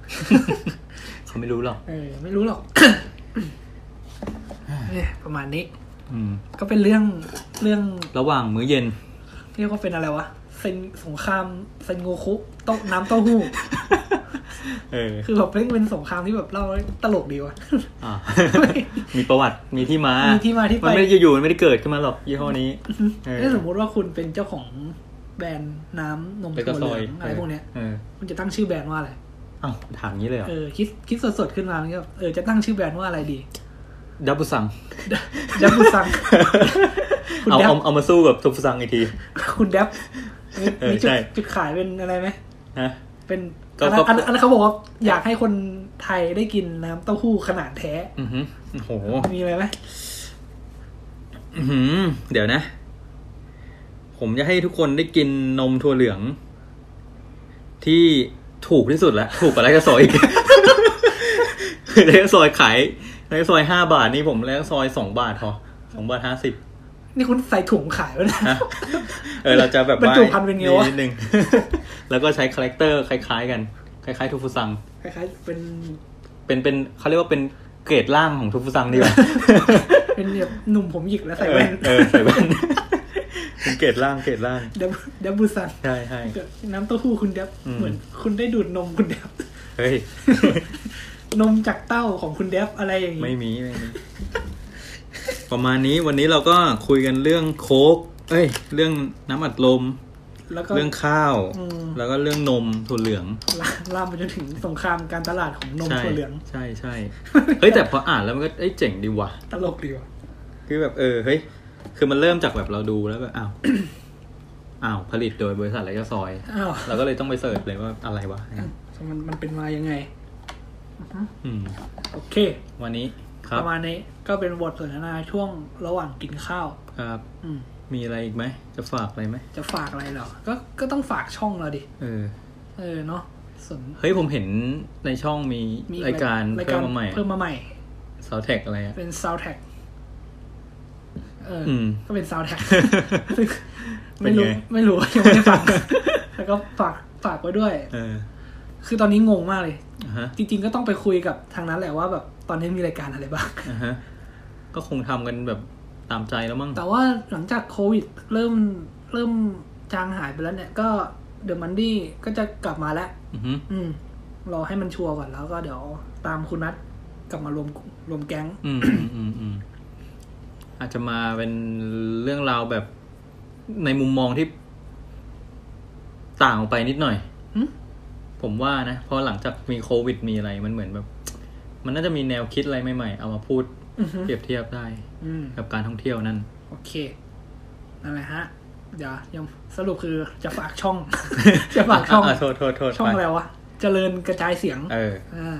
Speaker 1: เขาไม่รู้หรอก
Speaker 2: เออ ไม่รู้หรอก เนี่ยประมาณนี้
Speaker 1: อืม
Speaker 2: ก็เป็นเรื่องเรื่อง
Speaker 1: ระหว่างมื้อเย็น
Speaker 2: เรียกว่าเป็นอะไรวะเซนสงครามเซนโงคุโต๊ะน้ำเต้า หู้
Speaker 1: เออ
Speaker 2: คือแบบเป็นเป็นสงครามที่แบบเล่าแล้วตลกดีว่ะ
Speaker 1: อ่ะ มีประวัติ มีที่มา
Speaker 2: มี
Speaker 1: มี
Speaker 2: ที่มาที่ไป
Speaker 1: มันไม่ได้อยู่ๆมันไม่ได้เกิดขึ้นมาหรอกยี่ห้อนี้ เออ
Speaker 2: ถ้าสมมติว่าคุณเป็นเจ้าของแบรนด์น้ำนม
Speaker 1: ไปก
Speaker 2: ถั่
Speaker 1: ระซ
Speaker 2: ว
Speaker 1: อ
Speaker 2: เหลือย งอะไรพวกเนี้ย
Speaker 1: เออ
Speaker 2: คุณจะตั้งชื่อแบรนด์ว่าอะไร
Speaker 1: เอ้าถามงี้เลยเหรอ
Speaker 2: เออคิดคิดสดๆขึ้นมามันก็แบบเออจะตั้งชื่อแบรนด์ว่าอะไรดี
Speaker 1: ดับบุซัง
Speaker 2: ดับบุซัง คุณ
Speaker 1: เอา
Speaker 2: ดับ
Speaker 1: เอาเอามาสู้กับทุบซังอีกที
Speaker 2: คุณแดบมี
Speaker 1: เออ
Speaker 2: มีจุด
Speaker 1: ใช่
Speaker 2: จุดขายเป็นอะไรไหม
Speaker 1: นะ
Speaker 2: เป็น
Speaker 1: ก็ก็
Speaker 2: อันนั้นอันอันนั้นเขาบอกว่าอยากให้คนไทยได้กินน้ำเต้าหู้ขนาดแท้
Speaker 1: อือหือโอ้โห
Speaker 2: มีอะไรไหม
Speaker 1: อื้อหือเดี๋ยวนะ ผมจะให้ทุกคนได้กินนมถั่วเหลือง ที่ถูกที่สุดละถูกกว่าไรกระซอยอีก ไรกระซอยขายไรกระซอยห้าบาทนี่ผมไรกระซอยสองบาทพอสองบาทห้าสิบ
Speaker 2: นี่คุณใส่ถุงขายไว้นะ
Speaker 1: นะเออเราจะแบบ
Speaker 2: บรร
Speaker 1: ว่า
Speaker 2: จุภัณฑ์เป็นไงวะ
Speaker 1: นิดนึง แล้วก็ใช้คาแรคเตอร์คล้ายๆกัน คล้ายๆทูฟูซัง
Speaker 2: คล้ายๆเป็น
Speaker 1: เป็นเป็นเขาเรียกว่าเป็นเกรดล่างของทูฟูซังดีกว่า
Speaker 2: เป็นแบบหนุ่มผมหยิกแล้วใส่แว่น
Speaker 1: เออเออใส่แว่น เป็นเกรดล่างเกรดล่าง
Speaker 2: ดับดับบุซัง
Speaker 1: ใช่ใช่
Speaker 2: น้ำเต้าหู้คุณแดบ
Speaker 1: อืม
Speaker 2: เหมือนคุณได้ดูดนมคุณแดบ
Speaker 1: เฮ้ย
Speaker 2: นมจากเต้าของคุณแดบอะไรอย่าง
Speaker 1: ไม่
Speaker 2: งี้
Speaker 1: มีไม่มี ประมาณนี้วันนี้เราก็คุยกันเรื่องโค้กเอ้ย เรื่องน้ำอัดลม
Speaker 2: แล้วก็
Speaker 1: เรื่องข้าว
Speaker 2: อืม
Speaker 1: แล้วก็เรื่องนมถั่วเหลือง
Speaker 2: ลามลามไปจนถึงสงครามการตลาดของนม
Speaker 1: ใช่
Speaker 2: ถั่วเหลือง
Speaker 1: ใช่ใช่ เฮ้ยแต่พออ่านแล้วมันก็เอ้ยเจ๋งดีว่ะ
Speaker 2: ตลกดีว่ะ
Speaker 1: คือแบบเออเฮ้ยคือมันเริ่มจากแบบเราดูแล้วแบบอ้าว อ้าวผลิตโดยบริษัทอะไรก็ซอย
Speaker 2: อ้าว
Speaker 1: เราก็เลยต้องไปเสิร์ชเลยว่าอะไรวะ
Speaker 2: มันมันเป็นมายังไง
Speaker 1: อืม
Speaker 2: โอเค
Speaker 1: วันนี้ค
Speaker 2: ป
Speaker 1: รับ
Speaker 2: ระมาณนี้ก็เป็นบทสนทนาช่วงระหว่างกินข้าว
Speaker 1: ครับ
Speaker 2: อืม
Speaker 1: มีอะไรอีกไหมจะฝากอะไรไหม
Speaker 2: จะฝากอะไรเหรอ ก็ก็ต้องฝากช่องเราดิ
Speaker 1: เออ
Speaker 2: เออเนาะส่วน
Speaker 1: เฮ้ยผมเห็นในช่องมี
Speaker 2: มี
Speaker 1: รายการเพิ่มมาใหม่
Speaker 2: เพิ่มมาใหม่
Speaker 1: ซาวแทกอะไรอ่ะ
Speaker 2: เป็น soundtrack เอออ
Speaker 1: ม
Speaker 2: ก็เป็น soundtrack
Speaker 1: เป็
Speaker 2: ไม่
Speaker 1: นไง
Speaker 2: รู้ไม่รู้ยังไม่ได้ฟังแล้วก็ฝากฝากไว้ด้วย
Speaker 1: เออ
Speaker 2: คือตอนนี้งงมากเลย
Speaker 1: อ่ะฮะ
Speaker 2: จริง ๆ ก็ต้องไปคุยกับทางนั้นแหละว่าแบบตอนนี้มีรายการอะไรบ้าง
Speaker 1: อ่ะฮะ ก็คงทำกันแบบตามใจแล้วมั้ง
Speaker 2: แต่ว่าหลังจากโควิดเริ่มเริ่มจางหายไปแล้วเนี่ย ก็เดอะมันดี้ก็จะกลับมาแล้ว
Speaker 1: อือฮึ
Speaker 2: อืม รอให้มันชัวร์ก่อนแล้วก็เดี๋ยวตามคุณนัท กลับมารวมรวมแก๊ง
Speaker 1: อืมอืมอืมอืมอาจจะมาเป็นเรื่องราวแบบในมุมมองที่ต่างออกไปนิดหน่อย
Speaker 2: หึ
Speaker 1: ผมว่านะเพราะหลังจากมีโควิดมีอะไรมันเหมือนแบบ มันน่าจะมีแนวคิดอะไรใหม่ๆ เอามาพูด
Speaker 2: อือฮึ
Speaker 1: เปรียบเทียบได้
Speaker 2: อืม
Speaker 1: กับการท่องเที่ยวนั่น
Speaker 2: โอเค นั่นแหละฮะ เดี๋ยวยังสรุปคือจะฝากช่อง จะฝากช่อง
Speaker 1: โทษโทษโทษ
Speaker 2: ช่องอะไรวะ เจริญกระจายเสียง
Speaker 1: เออ
Speaker 2: อ่า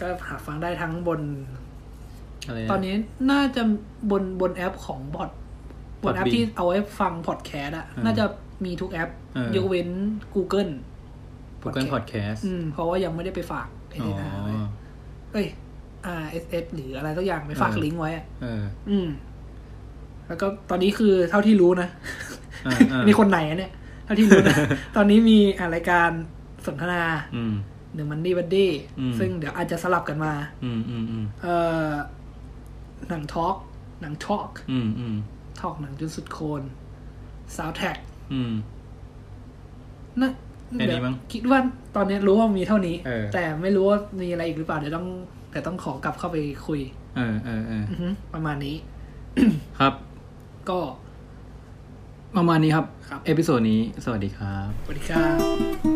Speaker 2: ก็หาฟังได้ทั้งบน
Speaker 1: อะไระ
Speaker 2: ตอนนี้น่าจะบนบนแอปของบอดบนแอป
Speaker 1: Podbean
Speaker 2: ที่เอาไว้ฟังพอดแคสต์อะ
Speaker 1: อืม
Speaker 2: น่าจะมีทุกแอป
Speaker 1: เออ
Speaker 2: ยกเว้น Google
Speaker 1: Google
Speaker 2: Podcast
Speaker 1: Podcast
Speaker 2: อืม เพราะว่ายังไม่ได้ไปฝากไอ้
Speaker 1: อ๋อ
Speaker 2: นี่นะไว้เอ้ย RSS หรืออะไรสักอย่างไปฝาก
Speaker 1: เออ
Speaker 2: ลิงก์ไว้อะ
Speaker 1: เออ
Speaker 2: อืม แล้วก็ตอนนี้คือเท่าที่รู้นะ
Speaker 1: อ่าอ่า
Speaker 2: นี่คนไหนอะเนี่ย เท่าที่ รู้นะ ตอนนี้มีอ่ะรายการสนทนา
Speaker 1: อืม
Speaker 2: หนึ่งมันดี้บัดดี้
Speaker 1: อืม
Speaker 2: ซึ่งเดี๋ยวอาจจะสลับกันมา
Speaker 1: อืมอืมอืม
Speaker 2: เอ่อ หนังทอล์กหนังทอล์ก
Speaker 1: อืมอืม
Speaker 2: ทอล์กหนังจนสุดโคน สาวแท็ก
Speaker 1: อืม
Speaker 2: นะ
Speaker 1: แค่นี้
Speaker 2: เดี๋ยว
Speaker 1: มั้ง
Speaker 2: คิดว่าตอนนี้รู้ว่ามีเท่านี้
Speaker 1: เออ
Speaker 2: แต่ไม่รู้ว่ามีอะไรอีกหรือเปล่า เดี๋ยวต้องแต่ต้องขอกลับเข้าไปคุย
Speaker 1: เออเออเออ
Speaker 2: อือฮึประมาณนี้
Speaker 1: ครับ
Speaker 2: ก็
Speaker 1: ประมาณนี้ครับ
Speaker 2: ครับ
Speaker 1: เอพิโซดนี้ สวัสดีครับ
Speaker 2: สวัสดีครับ